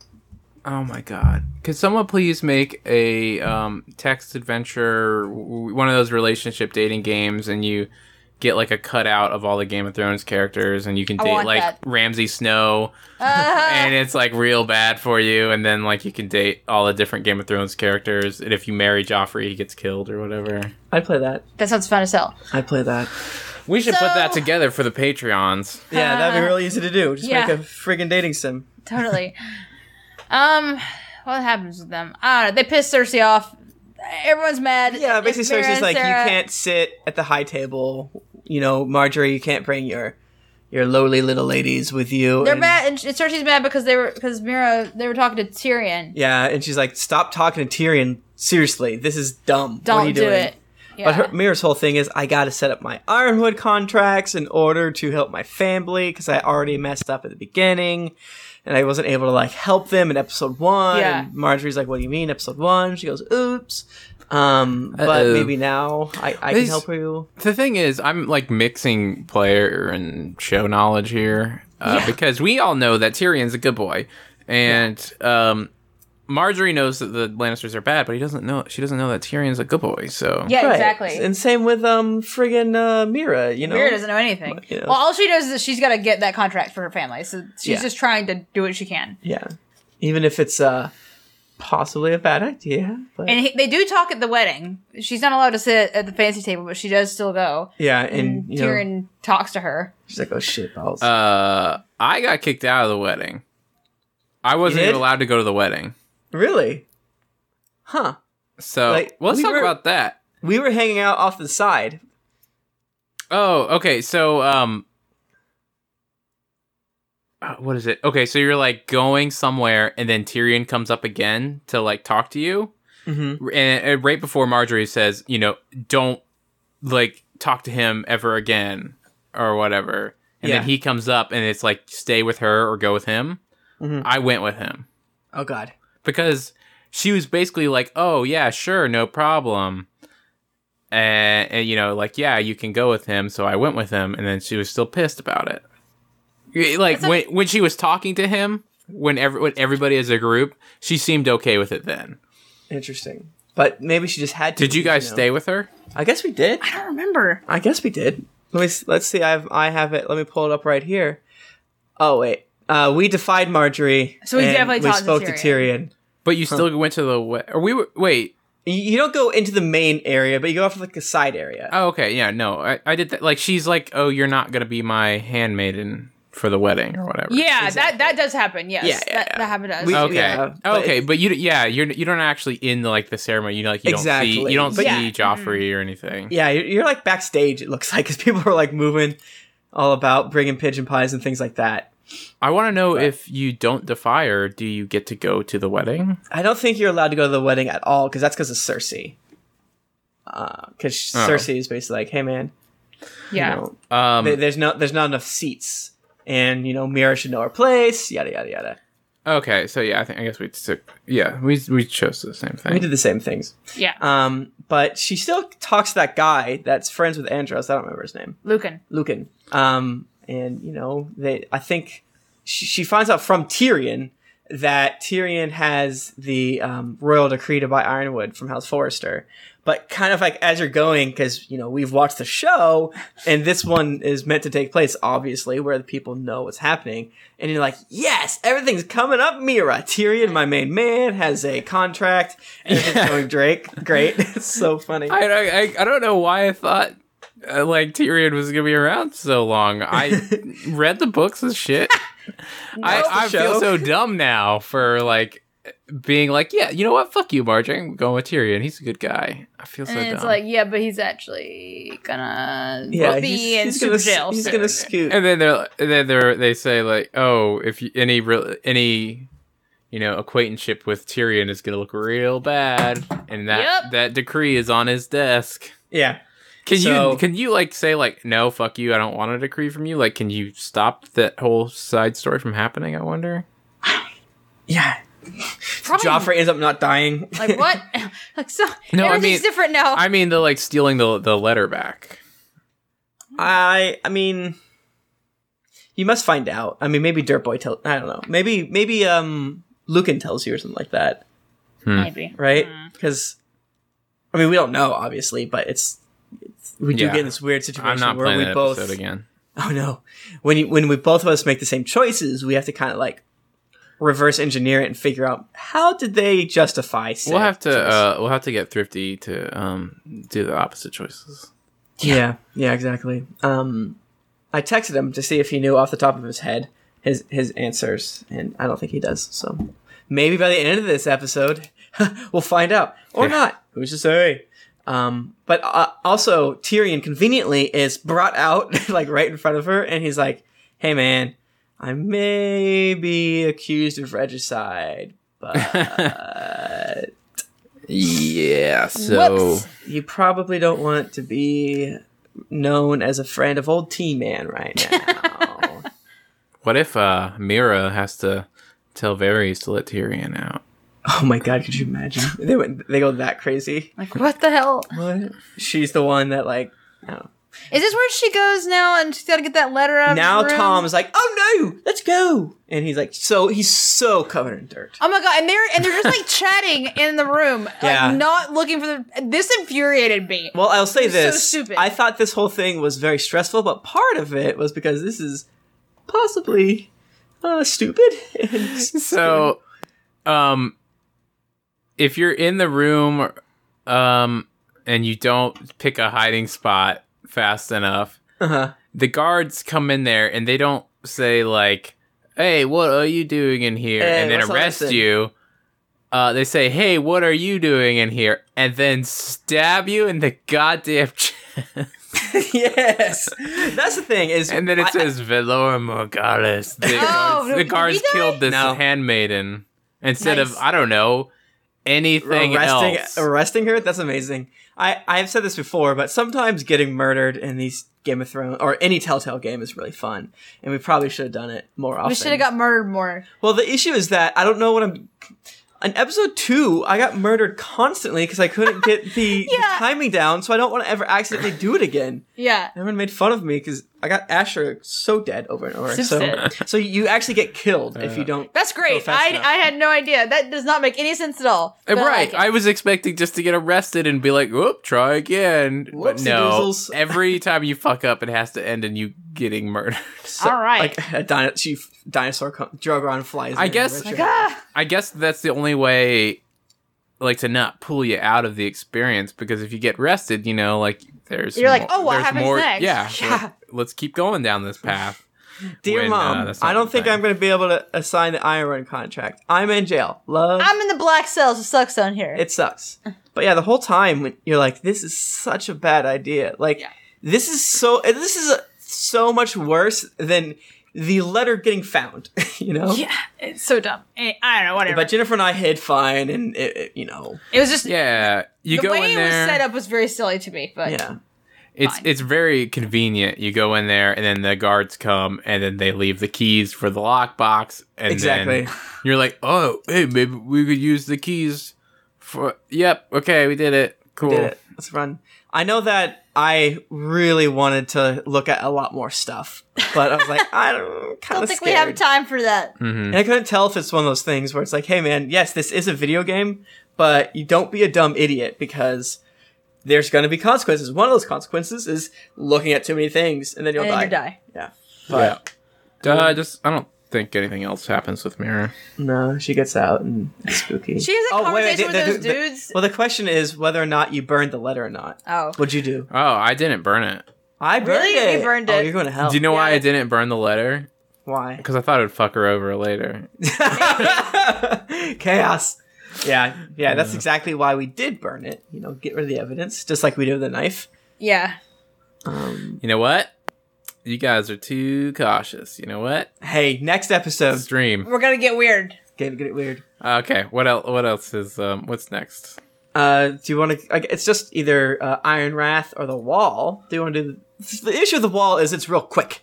A: Oh my god! Could someone please make a um, text adventure, w- one of those relationship dating games, and you get like a cutout of all the Game of Thrones characters, and you can
B: I
A: date
B: want
A: like
B: that.
A: Ramsay Snow,
B: Uh,
A: and it's like real bad for you, and then like you can date all the different Game of Thrones characters, and if you marry Joffrey, he gets killed or whatever.
C: I play that.
B: that sounds fun as hell.
C: I play that.
A: We should put that
B: So-
A: together for the Patreons.
C: Yeah, that'd be really easy to do. Just
B: Ah. Yeah.
C: make a friggin' dating sim.
B: Totally. um, what happens with them? I don't know. They piss Cersei off. Everyone's mad.
C: Yeah, basically,
B: Mira
C: Cersei's
B: and
C: like,
B: Sarah-
C: you can't sit at the high table. You know, Marjorie, you can't bring your your lowly little ladies with you.
B: They're
C: and-
B: mad, and and Cersei's mad because they were because Mira they were talking to Tyrion.
C: Yeah, and she's like, "Stop talking to Tyrion. Seriously, this is dumb.
B: Don't
C: what are you
B: do
C: doing?"
B: it. Yeah.
C: But her, Mira's whole thing is, "I got to set up my Ironwood contracts in order to help my family because I already messed up at the beginning, and I wasn't able to like help them in episode one."
B: Yeah.
C: And Marjorie's like, "What do you mean episode one?" She goes, "Oops." Um, but
A: Uh-oh.
C: maybe now I, I can
A: These-
C: help you.
A: The thing is, I'm like mixing player and show knowledge here uh,
B: Yeah.
A: because we all know that Tyrion's a good boy, and um, Marjorie knows that the Lannisters are bad, but he doesn't know. She doesn't know that Tyrion's a good boy. So
B: yeah,
C: Right.
B: exactly.
C: And same with um friggin' uh, Mira. You know,
B: Mira doesn't know anything.
C: you know.
B: Well, all she knows is that she's got to get that contract for her family. So she's
C: Yeah.
B: just trying to do what she can.
C: yeah, even if it's uh possibly a bad idea. But
B: And he, they do talk at the wedding. She's not allowed to sit at the fancy table, but she does still go.
C: yeah, and you know,
B: Tyrion talks to her.
C: She's like, oh shit, balls.
A: uh, I got kicked out of the wedding. I wasn't
C: You did?
A: even allowed to go to the wedding.
C: really? Huh.
A: So
C: Like,
A: well, let's
C: we
A: talk
C: were-
A: about that.
C: We were hanging out off the side.
A: Oh, okay. So, um, uh, what is it? Okay, so you're like going somewhere, and then Tyrion comes up again to like talk to you, and, and uh, right before Marjorie says, you know, don't like talk to him ever again or whatever, and
C: Yeah.
A: then he comes up and it's like stay with her or go with him. I went with him
C: Oh God.
A: because she was basically like, "Oh yeah, sure, no problem," and, and you know, like, "Yeah, you can go with him." So I went with him, and then she was still pissed about it. Y- Like
B: That's
A: when when she was talking to him, when every when everybody as a group, she seemed okay with it. Then
C: Interesting. But maybe she just had to.
A: did you guys
C: know.
A: stay with her?
C: I guess we did.
B: I don't remember.
C: I guess we did. Let me s- let's see. I have I have it. Let me pull it up right here. Oh wait. Uh, we defied Marjorie.
B: So we
C: and
B: definitely
C: we
B: talked to
C: spoke to
B: Tyrion.
C: Tyrion.
A: But you still went to the we- or we were wait.
C: You you don't go into the main area, but you go off like a side area.
A: Oh okay, yeah, no, I, I did that. Like she's like, "Oh, you're not gonna be my handmaiden." For the wedding or whatever.
B: Yeah, that that does happen. Yes,
C: Yeah, yeah,
B: that,
C: yeah.
B: that happened to us.
C: We-
A: Okay.
C: Yeah, but
A: okay,
C: it's-
A: but you yeah, you're you don't actually in like the ceremony. You know, like you don't see
C: Exactly.
A: you don't see
C: But-
B: Yeah.
A: Joffrey or anything.
C: Yeah, you're, you're like backstage. It looks like because people are like moving, all about bringing pigeon pies and things like that.
A: I want to know if you don't defy her, do you get to go to the wedding?
C: I don't think you're allowed to go to the wedding at all because that's because of Cersei. Because
A: Oh.
C: Cersei is basically like, hey man,
B: yeah,
C: you know,
A: Um,
C: there- there's no there's not enough seats, and you know Mira should know her place. Yada yada yada.
A: okay, so yeah, I think I guess we took yeah we we chose the same
C: We
A: thing.
C: did the same things.
B: yeah.
C: Um, but she still talks to that guy that's friends with Andros. I don't remember his name.
B: Lucan.
C: Lucan. Um, and you know, they I think she, she finds out from Tyrion that Tyrion has the um, royal decree to buy Ironwood from House Forrester. But kind of like as you're going, because you know we've watched the show, and this one is meant to take place, obviously, where the people know what's happening, and you're like, yes, everything's coming up, Mira. Tyrion, my main man, has a contract, and it's going Drake, great, it's so funny.
A: I, I I- I don't know why I thought uh, like Tyrion was gonna be around so long. I read the books and shit.
C: That's the
A: I, I feel
C: show.
A: so dumb now for like being like, yeah, you know what? Fuck you, Marjorie. I'm going with Tyrion. He's a good guy. I feel so
B: and
A: dumb.
B: it's like, yeah, but he's actually gonna
C: yeah,
B: be
C: he's,
B: in
C: he's
B: super
C: gonna,
B: jail.
C: he's
B: soon.
C: gonna scoot.
A: and then they're and then they're they say like, oh, if you, any real any you know acquaintanceship with Tyrion is gonna look real bad, and that
B: Yep.
A: that decree is on his desk.
C: Yeah.
A: Can
C: So-
A: you can you like say like no fuck you I don't want a decree from you like can you stop that whole side story from happening I wonder
C: Yeah,
B: Probably-
C: Joffrey ends up not dying.
B: Like what? like so.
A: No, I
B: everything's
A: mean-
B: different now.
A: I mean the like stealing the the letter back
C: I I mean you must find out. I mean maybe Dirtboy tell I don't know. Maybe maybe um Lucan tells you or something like that,
B: Maybe.
C: right? Cuz I mean we don't know obviously, but it's, it's we do
A: Yeah.
C: get in this weird situation
A: I'm not
C: where
A: playing
C: we
A: that
C: both
A: episode again
C: Oh no. When you, when we both of us make the same choices, we have to kind of like reverse engineer it and figure out how did they justify said
A: we'll have
C: choice.
A: to uh, we'll have to get thrifty to um do the opposite choices
C: Yeah, yeah, exactly. Um, I texted him to see if he knew off the top of his head his his answers, and I don't think he does. So maybe by the end of this episode, we'll find out or
A: Yeah.
C: not. Who's to say? Um, but uh, also Tyrion conveniently is brought out like right in front of her, and he's like, "Hey, man, I may be accused of regicide, but."
A: yeah so
B: Whoops.
C: you probably don't want to be known as a friend of old T Man right now.
A: what if uh Mira has to tell Varys to let Tyrion out
C: oh my god, could you imagine? They went, they go that crazy.
B: Like what the hell?
C: What? She's the one that like. I don't know.
B: Is this where she goes now? And she's got to get that letter out.
C: Now
B: of the room?
C: Tom's like, oh no, let's go, and he's like, so he's so covered in dirt.
B: Oh my god! And they're and they're just like chatting in the room,
C: Yeah.
B: like not looking for the. This infuriated me.
C: Well, I'll say
B: so
C: this:
B: stupid.
C: I thought this whole thing was very stressful, but part of it was because this is possibly uh, stupid.
A: So, um, if you're in the room, um, and you don't pick a hiding spot fast enough,
C: uh-huh.
A: the guards come in there and they don't say like, "Hey, what are you doing in here?"
C: Hey,
A: and then
C: what's all
A: arrest
C: this in?
A: you. Uh, they say, "Hey, what are you doing in here?" and then stab you in the goddamn chest.
C: yes, that's the thing. Is
A: and then it
C: I-
A: says, "Velour Morgalis." The
B: Oh,
A: guards, the
B: did
A: guards
B: we die?
A: killed this
C: No.
A: handmaiden instead
B: Nice.
A: of I don't know. anything
C: arresting
A: else.
C: arresting her that's amazing i i've said this before but sometimes getting murdered in these game of thrones or any telltale game is really fun and we probably should have done it more often
B: We should have got murdered more.
C: well the issue is that i don't know what i'm in episode two i got murdered constantly because i couldn't get the, the
B: Yeah.
C: timing down so i don't want to ever accidentally do it again
B: Yeah.
C: everyone made fun of me because i got asher so dead over and over
B: So
C: so,
B: sad.
C: so you actually get killed if you don't
B: That's great.
C: Go fast
B: I,
C: enough.
B: I had no idea. That does not make any sense at all.
A: Uh,
B: But I
A: right.
B: like it.
A: I was expecting just to get arrested and be like, whoop, try again. but
C: Whoopsie
A: no.
C: doozles.
A: Every time you fuck up, it has to end in you getting murdered.
C: so-
B: All right.
C: like a dino- she dinosaur co- Drogon flies
A: I
C: in
A: guess-
C: with
B: Like,
C: you.
B: ah.
A: I guess that's the only way, like, to not pull you out of the experience because if you get arrested, you know, like, there's
B: You're like,
A: more-
B: "Oh, what
A: there's
B: happens
A: more-
B: next?"
A: Yeah,
B: Yeah.
A: Let's keep going down this path.
C: Dear
A: when, uh,
C: mom,
A: that's not
C: I
A: the
C: don't think
A: thing.
C: I'm going to be able to assign the Iron contract. I'm in jail. Love,
B: I'm in the black cells. It sucks down here.
C: it sucks. But yeah, the whole time when you're like, this is such a bad idea. Like,
B: Yeah.
C: this is so. This is uh, so much worse than the letter getting found. you know.
B: yeah. It's so dumb. Eh, I don't know. Whatever.
C: But Jennifer and I hid fine, and it, it- you know,
B: it was just
A: Yeah, you
B: the
A: go
B: way
A: in
B: it was
A: there.
B: set up was very silly to me. But
C: yeah.
A: it's
B: fine.
A: it's very convenient. You go in there, and then the guards come, and then they leave the keys for the lockbox, and
C: Exactly.
A: then you're like, oh, hey, maybe we could use the keys for. Yep, okay, we did it. Cool.
C: did it. Let's run. I know that I really wanted to look at a lot more stuff, but I was like, I don't
B: I
C: kind
B: don't
C: of
B: think
C: scared.
B: we have time for that.
A: hmm
C: And I couldn't tell if it's one of those things where it's like, hey man, yes, this is a video game, but you don't be a dumb idiot because there's going to be consequences. One of those consequences is looking at too many things and then you'll
B: and
C: die.
B: then you die.
C: Yeah.
A: Yeah.
C: But
A: Uh, just I don't think anything else happens with Mira.
C: no, she gets out and it's spooky.
B: She has a
C: Oh, wait, wait,
B: conversation
C: they- they-
B: with
C: they-
B: those dudes.
C: well, the question is whether or not you burned the letter or not.
B: oh.
C: What'd you do?
A: Oh, I didn't burn it.
C: I burned
B: Really?
C: it.
B: You burned
C: Oh,
B: it.
C: you're going to hell.
A: Do you know why
B: Yeah.
A: I didn't burn the letter?
C: why?
A: Because I thought it'd fuck her over later.
C: Chaos. Yeah, yeah, that's
A: Yeah.
C: exactly why we did burn it. You know, get rid of the evidence, just like we do with the knife.
B: Yeah.
C: Um,
A: You know what? You guys are too cautious. You know what?
C: hey, next episode,
A: Stream.
B: We're gonna get weird.
C: get, get it weird.
A: Okay. What else? What else is? Um, what's next?
C: Uh, do you want to? Like, it's just either uh, Iron Wrath or the Wall. Do you want to do the, the issue of the Wall? Is it's real quick.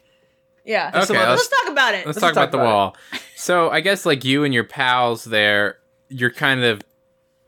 B: Yeah.
A: Okay,
B: So let's,
A: let's-
B: let's talk about
A: Let's,
B: it.
C: Let's
A: talk,
C: talk
A: about the
C: about
A: wall. so I guess like you and your pals there, you're kind of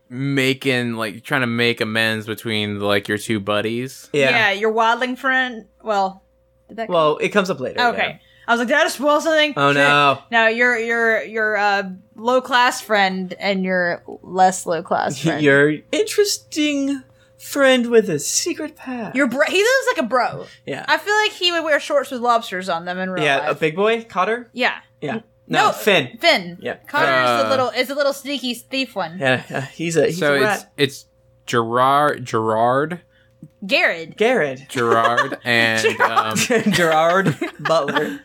A: making like you're trying to make amends between like your two buddies.
B: yeah. Your wildling friend. Well. Did that
C: Well, it comes up later.
B: come- okay. I was like, did I just spoil something?
C: yeah. Oh
B: Shit.
C: no.
B: Now your your your uh, low class friend and your less low class friend.
C: Your interesting friend with a secret past.
B: your bro. He lives like a bro.
C: yeah.
B: I feel like he would wear shorts with lobsters on them in real
C: yeah, a
B: life.
C: big boy, Cotter.
B: yeah.
C: Yeah.
B: No.
C: no Finn.
B: Finn.
C: Yeah.
B: Connor's the
A: Uh,
B: little is a little sneaky thief one.
C: Yeah, yeah, he's a he's
A: so
C: a
A: it's
C: rat.
A: it's Gerard Gerard
B: Garrett.
C: Garrett.
A: Gerard and um,
C: Gerard Butler.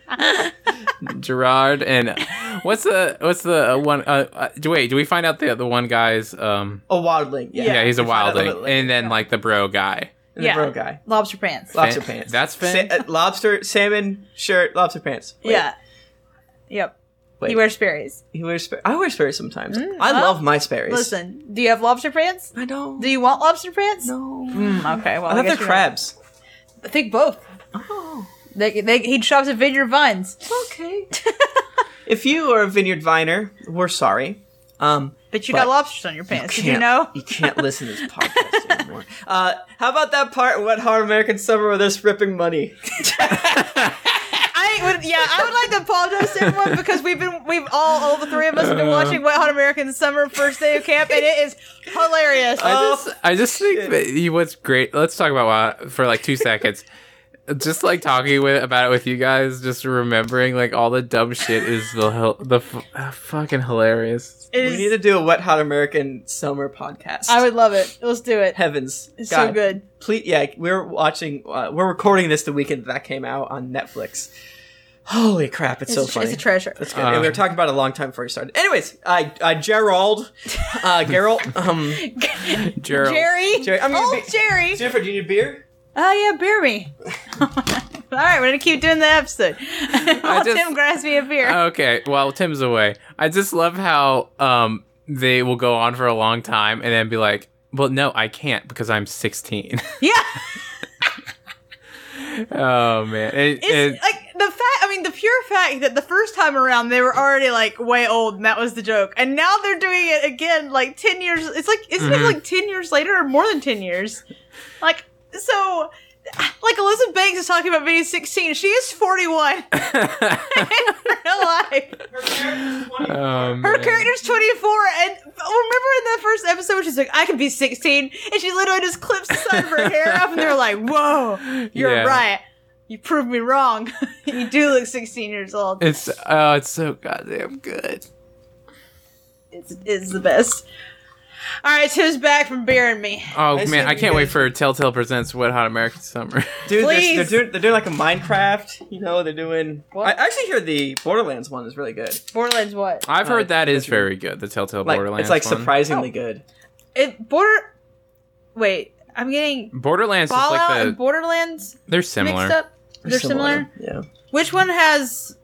A: Gerard and what's the what's the uh, one? Uh, uh, do- wait, do we find out the the one guy's? Um,
C: A wildling. Yeah,
A: yeah, he's a
C: We find out little
A: wildling,
C: bit later.
A: and then like the bro guy.
C: And the
B: Yeah.
C: bro guy.
B: Lobster pants.
C: Lobster
A: Finn-
C: pants.
A: that's Finn?
C: uh, lobster, salmon shirt, lobster pants. Wait,
B: Yeah. Yep.
C: Wait.
B: He wears Sperry's.
C: He wears. Sperry. I wear Sperry's sometimes. I
B: Mm, well,
C: love my Sperry's.
B: Listen, do you have lobster pants?
C: I don't.
B: Do you want lobster pants?
C: no.
B: Mm, okay, well,
C: I
B: I,
C: thought they're
B: guess you're right. Oh,
C: crabs.
B: I think both. They, they, he shops at Vineyard Vines.
C: Okay. if you are a vineyard viner, we're sorry. Um,
B: But you
C: But
B: got lobsters on your pants. Did you
C: can't-
B: know?
C: You can't listen to this podcast anymore. Uh, how about that part in Wet Hot American Summer where they're stripping money?
B: I would, yeah, I would like to apologize to everyone because we've been, we've all, all the three of us have been watching Wet Hot American Summer first day of camp, and it is hilarious.
A: I
C: Oh,
A: just I just think that you what's great. Let's talk about Wild- for like two seconds. Just like talking with about it with you guys, just remembering like all the dumb shit is the hel- the f- uh, fucking hilarious.
B: It
C: We need
B: is,
C: to do a Wet Hot American Summer podcast.
B: I would love it. Let's do it.
C: Heavens,
B: It's
C: God,
B: so good.
C: Please, yeah, we're watching. Uh, we're recording this the weekend that came out on Netflix. Holy crap, it's,
B: It's,
C: so
B: a, tr-
C: funny.
B: it's a treasure.
C: That's good.
A: Uh,
C: and we were talking about it a long time before we started. Anyways, I uh, Gerald, uh, Gerald, um,
A: Gerald.
B: Jerry.
C: Jerry, I'm gonna
B: Old
C: be-
B: Jerry.
C: Jennifer, do you need a beer?
B: Oh yeah, beer me. All right, we're gonna keep doing the episode. I'll
A: just-
C: Uh,
B: Tim grabs me a beer.
A: Okay, well Tim's away. I just love how um they will go on for a long time and then be like, well, no, I can't because I'm 16.
B: Yeah,
A: oh, man. It-
B: it's
A: it-
B: like the fact. I mean, the pure fact that the first time around they were already like way old, and that was the joke, and now they're doing it again, like ten years. It's like isn't
A: Mhm.
B: it like ten years later or more than ten years? Like so. Like Elizabeth Banks is talking about being 16. She is 41 in real life.
D: Her character's 24.
A: oh,
B: Her
A: man.
B: character's 24, and oh, remember in the first episode when she's like, I could be 16, and she literally just clips the side of her hair up, and they're like, Whoa, you're
A: Yeah.
B: right. You proved me wrong. you do look 16 years old.
A: It's, oh, it's so goddamn good.
B: It's, it's the best. All right, Tim's back from bearing me.
A: Oh,
C: I
A: man.
C: said
A: I
C: we
A: can't wait
C: did-
A: for Telltale Presents Wet Hot American Summer.
C: Dude,
B: Please.
C: they're, they're doing they're doing like a Minecraft. You know, they're doing. I
B: What?
C: I actually hear the Borderlands one is really good.
B: Borderlands what?
A: I've
C: Uh,
A: heard that is
C: that's-
A: very good, the Telltale
C: Like
A: Borderlands.
C: it's like
A: one.
C: surprisingly
B: Oh.
C: good.
B: It Border. Wait, I'm getting
A: Borderlands is
B: Fallout
A: like the.
B: and Borderlands
A: they're
B: mixed
A: similar.
B: up. Oh, They're similar.
C: Yeah.
B: Which one has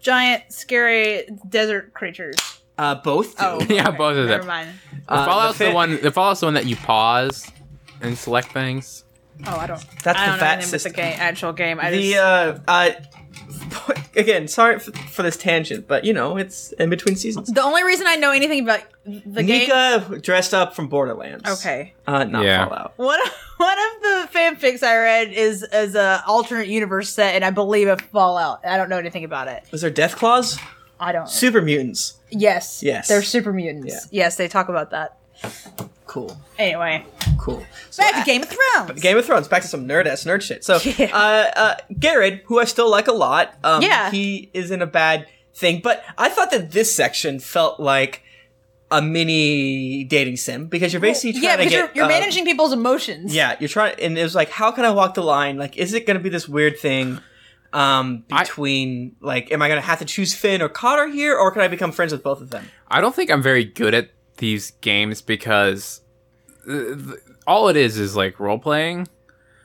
B: giant, scary desert creatures?
C: Uh, both do.
B: Oh,
A: Yeah,
B: okay.
A: both of them.
B: Never mind.
A: The
C: Uh,
A: Fallout's the,
C: fa-
A: one. The Fallout's the one that you pause and select things.
B: Oh, I don't.
C: That's
B: I don't know
C: the fat
B: anything about the
C: system.
B: game, actual game. I
C: the
B: just
C: uh, uh again sorry for, for this tangent but you know it's in between seasons
B: the only reason I know anything about the game.
C: nika dressed up from borderlands
B: Okay.
C: uh not
A: Yeah.
C: fallout
B: One of, one of the fanfics I read is is a alternate universe set, and I believe a Fallout. I don't know anything about it.
C: was there death claws
B: I don't.
C: super mutants
B: yes.
C: Yes.
B: They're super mutants.
C: Yeah.
B: Yes, they talk about that.
C: cool
B: Anyway,
C: cool so uh,
B: back to Game of Thrones.
C: Ah. Game of Thrones, back to some nerd ass nerd shit. So,
B: Yeah.
C: uh, uh, Garrett, who I still like a lot, um,
B: Yeah.
C: he is in a bad thing, but I thought that this section felt like a mini dating sim because you're basically trying
B: yeah,
C: to
B: because
C: get
B: you're, you're
C: uh,
B: managing people's emotions.
C: Yeah, you're trying, and it was like, how can I walk the line? Like, is it going to be this weird thing um,
A: I-
C: between, like, am I going to have to choose Finn or Cotter here, or can I become friends with both of them?
A: I don't think I'm very good at these games because uh, th- all it is is like role playing.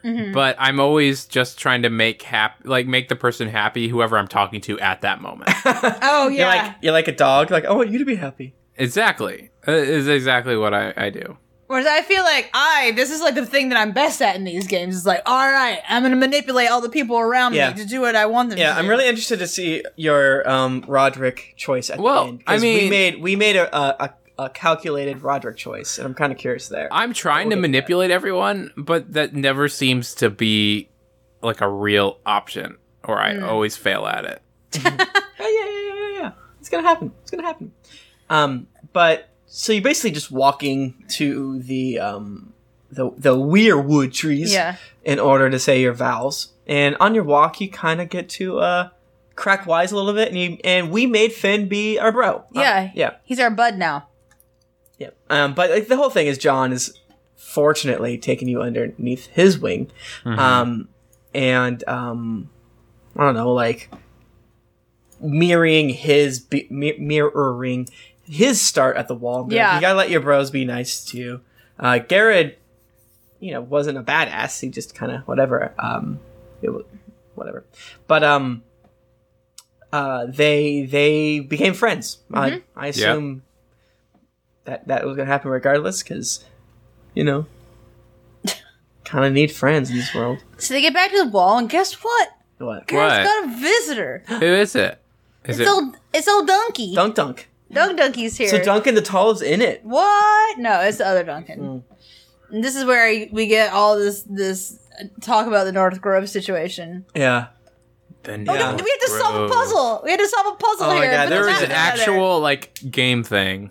B: Mhm.
A: But I'm always just trying to make hap- like make the person happy, whoever I'm talking to at that moment.
B: Oh yeah.
C: You're like, you're like a dog. Like, I want you to be happy.
A: exactly, Uh, is exactly what I, I do.
B: Whereas I feel like I, this is like the thing that I'm best at in these games. Is like, all right, I'm gonna manipulate all the people around
C: Yeah.
B: me to do what I want them. to
C: Yeah,
B: do.
C: I'm really interested to see your um, Roderick choice at
A: Well,
C: the end.
A: I
C: 'cause
A: mean-
C: we made we made a a, a, a calculated Roderick choice, and I'm kind of curious there.
A: I'm trying to
C: We'll get to that.
A: manipulate everyone, but that never seems to be like a real option, or
B: Hmm.
A: I always fail at it.
C: Oh, Yeah, yeah, yeah, yeah, yeah. It's gonna happen. It's gonna happen. Um, but so you're basically just walking to the um the the weirwood trees
B: Yeah.
C: in order to say your vows. And on your walk, you kind of get to uh crack wise a little bit, and you, and we made Finn be our bro. Uh,
B: Yeah.
C: yeah,
B: He's our bud now.
C: yeah. Um, but like the whole thing is John is fortunately taking you underneath his wing, um, and um, I don't know, like mirroring his be- mi- mirroring his start at the wall. Like,
B: Yeah.
C: you gotta let your bros be nice to you. Uh, Garrett, you know, wasn't a badass. He just kind of whatever, um, it w- whatever. But um, uh, they they became friends. I, I assume that that was gonna happen regardless, because you know, kind of need friends in this world.
B: So they get back to the wall, and guess what?
C: What?
A: What?
B: Kara's got a visitor.
A: Who is it? Is
B: it's old. It's old Donkey.
C: Dunk Dunk.
B: Dunk Donkey's here.
C: So Duncan the Tall is in it.
B: What? No, it's the other Duncan.
C: Hmm.
B: And this is where we get all this this talk about the North Grove situation.
C: Yeah.
A: The
B: Oh no,
C: Yeah.
B: we
A: North
B: had to solve
A: Grove.
B: a puzzle. We had to solve a puzzle
C: Oh my
B: here.
C: God,
B: Put
C: there
B: the
A: There was an
C: It's
B: maps together.
A: actual like game thing.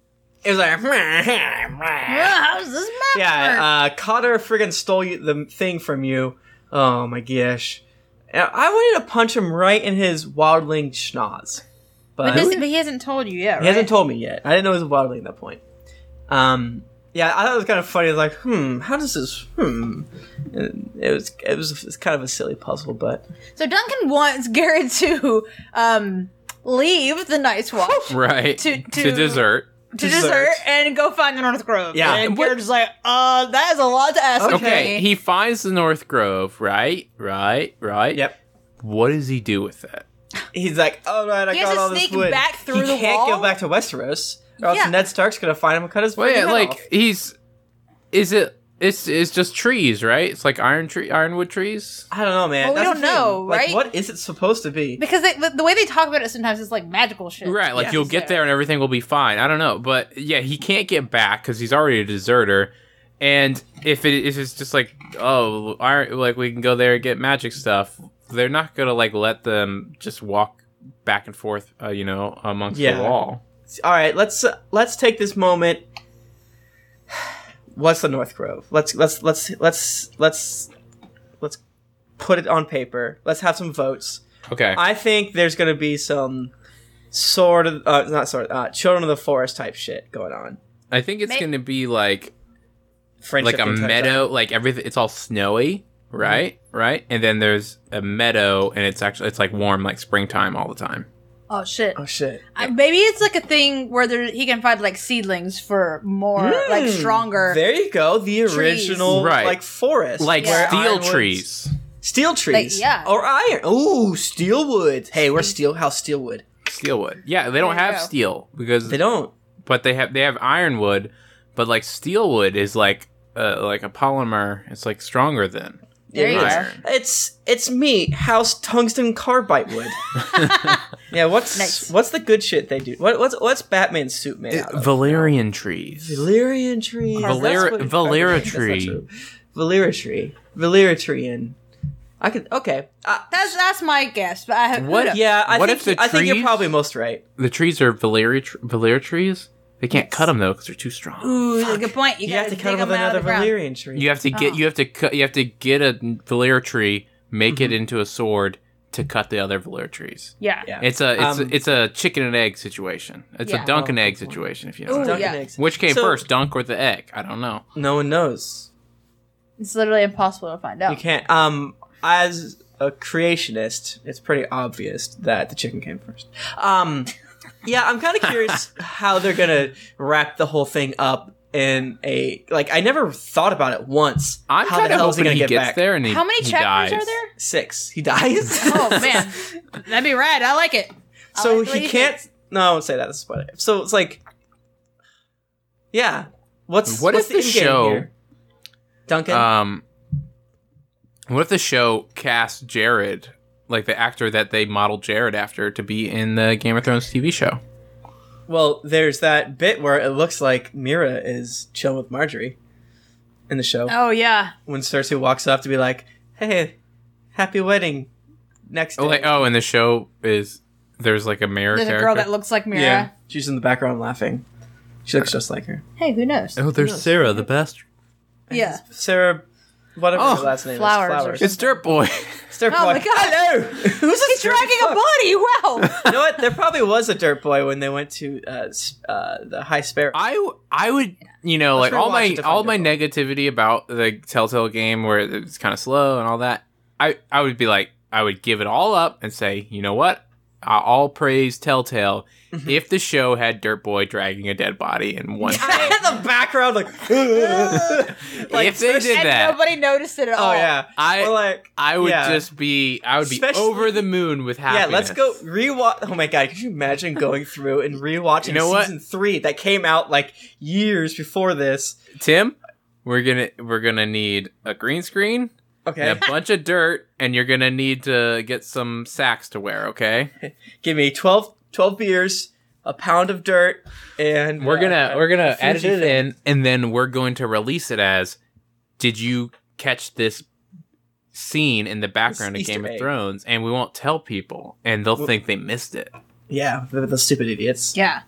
C: It was like.
B: Yeah, how's this map? work?
C: Yeah, uh, Cotter friggin' stole you, the thing from you. Oh my gosh. And I wanted to punch him right in his wildling schnoz. But
B: But, doesn't, but he hasn't told you yet, right?
C: he hasn't told me yet. I didn't know he was a wildling at that point. Um, yeah, I thought it was kind of funny. Like, hmm, how does this? Hmm. And It was it was, it was kind of a silly puzzle, but
B: so Duncan wants Garrett to um, leave the Night's Watch to,
A: Right. to
B: To- to-
A: dessert.
B: dessert.
C: dessert.
B: and go find the North Grove.
C: Yeah.
B: And
A: What-
B: Garrett's just like, uh, that is a lot to ask. of
A: Okay,
B: me.
A: he finds the North Grove, right? Right, right.
C: yep.
A: What does he do with it?
C: He's like, all right, I
B: He has
C: got
B: to
C: all this
B: sneak
C: wood.
B: back through
C: he
B: the
C: can't
B: wall?
C: go back to Westeros Or else
B: Yeah.
C: Ned Stark's gonna find him and cut his
A: Well,
C: freaking
A: yeah,
C: head
A: like
C: off.
A: he's is it it's it's just trees, right? It's like iron tree ironwood trees.
C: I don't know, man.
B: Well, we
C: That's the
B: don't
C: thing.
B: know,
C: Like,
B: right?
C: What is it supposed to be?
B: because they, the, the way they talk about it sometimes is like magical shit.
A: Right, like
C: Yeah.
A: you'll get there and everything will be fine. I don't know, but yeah, he can't get back because he's already a deserter. And if it if it's just like oh, iron, like we can go there and get magic stuff, they're not gonna like let them just walk back and forth, uh, you know, amongst
C: Yeah.
A: the wall.
C: All right, let's uh, let's take this moment. What's the North Grove? Let's let's let's let's let's let's put it on paper. Let's have some votes.
A: Okay,
C: I think there's gonna be some sort of uh, not sort of uh, Children of the Forest type shit going on.
A: I think it's
B: May-
A: gonna be like
C: Friendship
A: like a
C: type stuff.
A: meadow, like everything. It's all snowy, right? Right, and then there's a meadow, and it's actually it's like warm, like springtime all the time.
B: Oh shit.
C: Oh shit!
B: I, Uh, maybe it's like a thing where there, he can find like seedlings for more like
C: Mm,
B: stronger.
C: There you go. The
B: trees.
C: original
A: Right.
C: like forest,
A: Like
B: Yeah.
C: where
A: steel
C: ironwoods-
A: trees.
C: steel trees,
B: yeah.
C: or iron. Ooh, steel wood. Hey, we're steel. How's steel wood?
A: Steelwood. Yeah, they don't
B: There you
A: have
B: go.
A: steel because
C: They don't.
A: but they have they have ironwood, but like steelwood is like uh, like a polymer. It's like stronger than.
B: there you
A: Iron.
B: go.
C: It's it's me, House Tungsten Carbide Wood. yeah, what's
B: Nice.
C: what's the good shit they do? What, what's what's Batman's suit made out of?
A: Valerian trees.
C: Valerian tree.
A: Valer- Valera tree.
C: Valera tree. Valera tree. And I could okay. Uh,
B: That's that's my guess. But I have,
A: What-
B: Who knows?
C: yeah, I
A: What
C: think
A: if the
C: you- I think you're
A: trees-
C: probably most right.
A: The trees are Valeria tr- Valera trees. They can't cut them though because they're too strong.
B: Ooh, that's a good point. You,
C: You,
B: gotta
C: have to
B: dig
C: cut
B: 'em out
C: with another
B: of the ground.
C: Valerian tree.
A: You have to get
B: Oh.
A: you have to cut you have to get a Valera tree, make
C: Mm-hmm.
A: it into a sword to cut the other Valera trees.
B: Yeah.
C: Yeah.
A: It's a it's
C: Um,
A: a, it's a chicken and egg situation. It's
B: Yeah.
A: a dunk and
C: Oh,
A: egg
C: good point.
A: situation if you know.
B: Ooh,
A: what I mean.
C: Dunkin'
B: yeah.
C: eggs.
A: Which came
C: So-
A: first, dunk or the egg? I don't know.
C: No one knows.
B: It's literally impossible to find
C: You
B: out.
C: can't. Um, as a creationist, it's pretty obvious that the chicken came first. Um, yeah, I'm kind of curious how they're gonna wrap the whole thing up in a like. I never thought about it once.
A: I'm
C: how
A: kind
C: the
A: of
C: hell is
A: hoping he
C: gonna get
A: gets
C: back?
A: there and he,
B: How many
A: he
B: chapters
A: dies.
B: are there?
C: Six. He dies.
B: Oh man, that'd be rad. I like it. I
C: so
B: like the way
C: he
B: you
C: can't. No, I won't say that. That's spoiler. So it's like, yeah. What's
A: What
C: what's
A: if the
C: end game
A: show-
C: here? Duncan?
A: Um, what if the show cast Jared, like the actor that they modeled Jared after, to be in the Game of Thrones TV show?
C: Well, there's that bit where it looks like Mira is chilling with Marjorie in the show.
B: think. Oh yeah.
C: When Cersei walks up to be like, "Hey, happy wedding." Next day.
A: Oh, like oh, and the show is there's like a mayor
B: There's a
A: character.
B: girl that looks like Mira.
C: yeah, she's in the background laughing. She looks just like her.
B: Hey, who knows?
A: oh, there's Sarah, the best.
B: Yeah.
C: Sarah, whatever
A: Oh,
C: her last name
B: flowers or
C: is. Flowers.
B: something.
A: It's Dirt Boy.
C: It's Dirt
B: Oh
C: Boy.
B: my God.
C: Hello. Who's
B: He's
C: this dirty
B: dragging
C: fuck?
B: a body. Wow.
C: You know what? There probably was a Dirt Boy when they went to uh, s- uh, the High Sparrow.
A: I I would you know
C: Let's
A: like all
C: rewatch it
A: my
C: to find
A: all my
C: Dirt
A: negativity about the Telltale game where it's kind of slow and all that. I I would be like I would give it all up and say you know what I- I'll praise Telltale
C: Mm-hmm.
A: if the show had Dirt Boy dragging a dead body in one.
C: in the background, like, like
A: if they did
B: and
A: that,
B: nobody noticed it at all.
C: Oh yeah.
A: I
C: Or like
A: I would
C: yeah.
A: just be I would be
C: Especially-
A: over the moon with happiness.
C: Yeah, let's go rewatch. Oh my god, could you imagine going through and rewatching
A: You know what?
C: season three that came out like years before this?
A: Tim. We're gonna we're gonna need a green screen
C: Okay,
A: and a bunch of dirt, and you're gonna need to get some sacks to wear. Okay.
C: give me 12, 12 beers, a pound of dirt, and
A: We're
C: uh,
A: gonna we're gonna
C: Fuji
A: edit it
C: thing.
A: in, and then we're going to release it as, did you catch this scene in the background of
C: Easter
A: Game of
C: egg.
A: Thrones? And we won't tell people, and they'll think they missed it.
C: Yeah, the, the stupid idiots.
B: Yeah.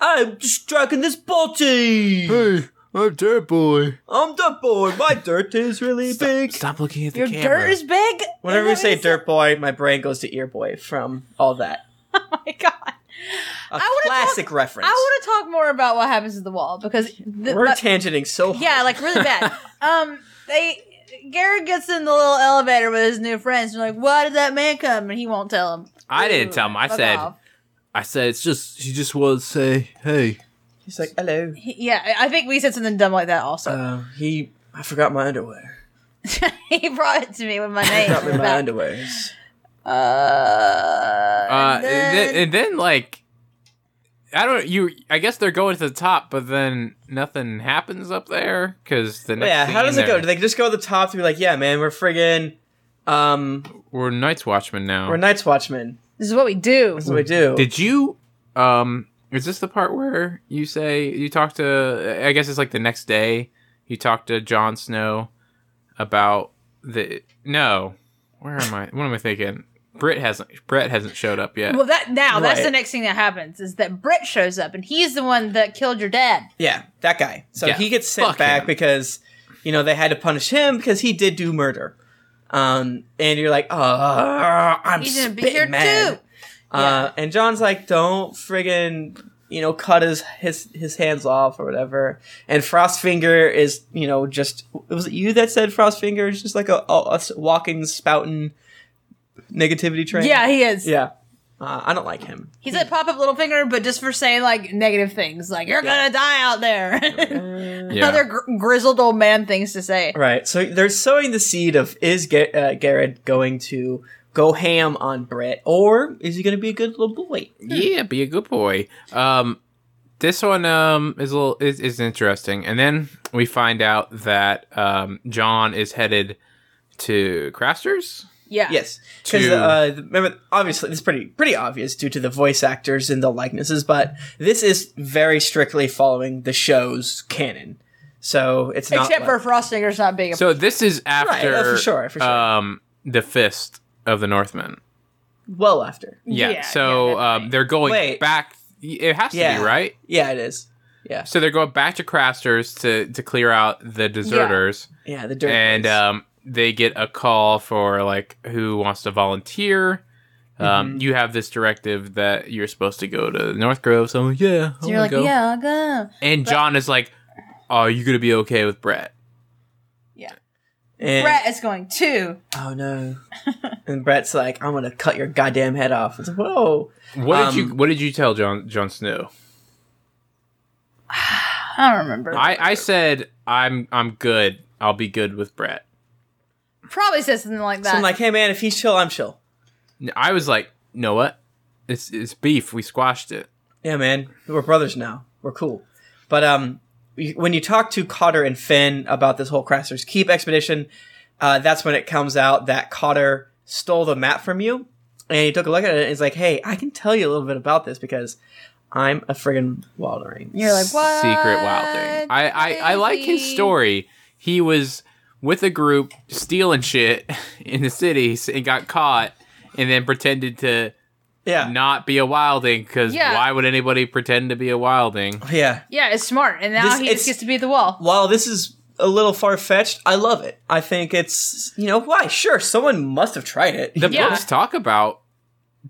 C: I'm just dragging this body.
A: Hey, I'm Dirt Boy.
C: I'm dirt boy. My dirt is really big.
A: Stop looking at the
B: Your
A: camera.
B: dirt is big. Oh
C: Whenever
B: Is that
C: we say
B: what it
C: dirt boy, my brain goes to ear boy from all that.
B: is? Oh my God.
C: A
B: wanna
C: classic reference.
B: I want to talk more about what happens to the wall because the,
C: We're
B: but-
C: tangenting so hard.
B: yeah, like really bad. um, they Garrett gets in the little elevator with his new friends. And they're like, "Why did that man come?" And he won't tell him.
A: I didn't tell him. I said, I said it's just she just wanted to say, hey.
C: He's like, hello.
B: "Yeah." I- I think we said something dumb like that. Also,
C: Uh, he, I forgot my underwear.
A: Uh,
B: he brought it to me with my
C: I
B: name.
C: forgot me my
B: About-
C: underwear.
B: Uh,
A: Uh, and,
B: and
A: then,
B: then-
A: and then like I don't you. I guess they're going to the top, but then nothing happens up there because the next.
C: yeah, how
A: scene
C: does it go?
A: they're-
C: Do they just go to the top to be like, yeah, man, we're friggin' um
A: We're Night's Watchmen now.
C: we're Night's Watchmen.
B: This is what we do.
C: That's what we do.
A: Oh. Did you? Um, is this the part where you say you talk to? I guess it's like the next day. You talk to Jon Snow about the no. Where am I? What am I thinking? Britt hasn't. Brett hasn't showed up yet.
B: Well, that now that's
C: Right.
B: the next thing that happens is that Britt shows up and he's the one that killed your dad.
C: yeah, that guy. So
A: Yeah,
C: he gets sent
A: fuck
C: back
A: him.
C: because you know they had to punish him because he did do murder. Um, and you're like, oh, I'm
B: He's gonna
C: spitting
B: be here
C: mad.
B: too.
C: Uh, and John's like, "Don't friggin', you know, cut his his his hands off or whatever." And Frostfinger is, you know, just was it you that said Frostfinger is just like a, a- a s- walking spouting negativity train?
B: Yeah, he is.
C: yeah. Uh, I don't like him.
B: He's like pop up little finger, but just for saying like negative things, like you're gonna die out there.
A: yeah.
B: Other gr- grizzled old man things to say.
C: Right. So they're sowing the seed of is Ga- uh, Garrett going to go ham on Brett or is he going to be a good little boy?
A: Yeah, be a good boy. Um, this one um is a little is, is interesting, and then we find out that um John is headed to Craster's.
B: Yeah.
C: Yes, because
A: To-
C: uh, remember, obviously, it's pretty pretty obvious due to the voice actors and the likenesses, but this is very strictly following the show's canon. So it's not
B: Except for
C: like-
B: Frostfinger's not being a
A: So this is after
C: Right, oh, for sure, for sure.
A: um the fist of the Northmen.
C: well after.
A: Yeah.
B: Yeah,
A: so
B: yeah,
A: um, they're going
C: Wait.
A: back. It has to
C: Yeah.
A: be right.
C: Yeah, it is.
A: So they're going back to Craster's to to clear out the deserters.
C: Yeah, the dirt.
A: and
C: roads.
A: um, they get a call for like who wants to volunteer. Um, You have this directive that you're supposed to go to North Grove. So I'm like, yeah, I
B: So you're
A: wanna
B: like,
A: go.
B: yeah, I'll go.
A: And John is like, are you gonna be okay with Brett?
C: And-
B: Brett is going too.
C: Oh no! and Brett's like, "I'm gonna cut your goddamn head off." It's like, whoa.
A: What
C: Um,
A: did you What did you tell John John Snow?
B: I don't remember.
A: I, I said I'm I'm good. I'll be good with Brett.
B: Probably said something like
C: So
B: that.
C: I'm like, "Hey man, if he's chill, I'm chill."
A: N- I was like, you know what? It's it's beef. We squashed it.
C: Yeah, man, we're brothers now. We're cool. But um, y- when you talk to Cotter and Finn about this whole Craster's Keep expedition, uh, that's when it comes out that Cotter stole the map from you, and he took a look at it and he's like, "Hey, I can tell you a little bit about this because I'm a friggin' wildering."
B: you're like, what?
A: Secret Wild Thing. I, I I like his
B: Crazy.
A: story. He was with a group stealing shit in the cities and got caught, and then pretended to
C: Yeah,
A: not be a wilding because
B: Yeah.
A: why would anybody pretend to be a wilding?
C: yeah.
B: Yeah, it's smart. And now
C: This-
B: he just
C: it's-
B: gets to be at the wall.
C: While this is a little far fetched, I love it. I think it's you know why? Sure, someone must have tried it.
A: The
B: Yeah.
A: books talk about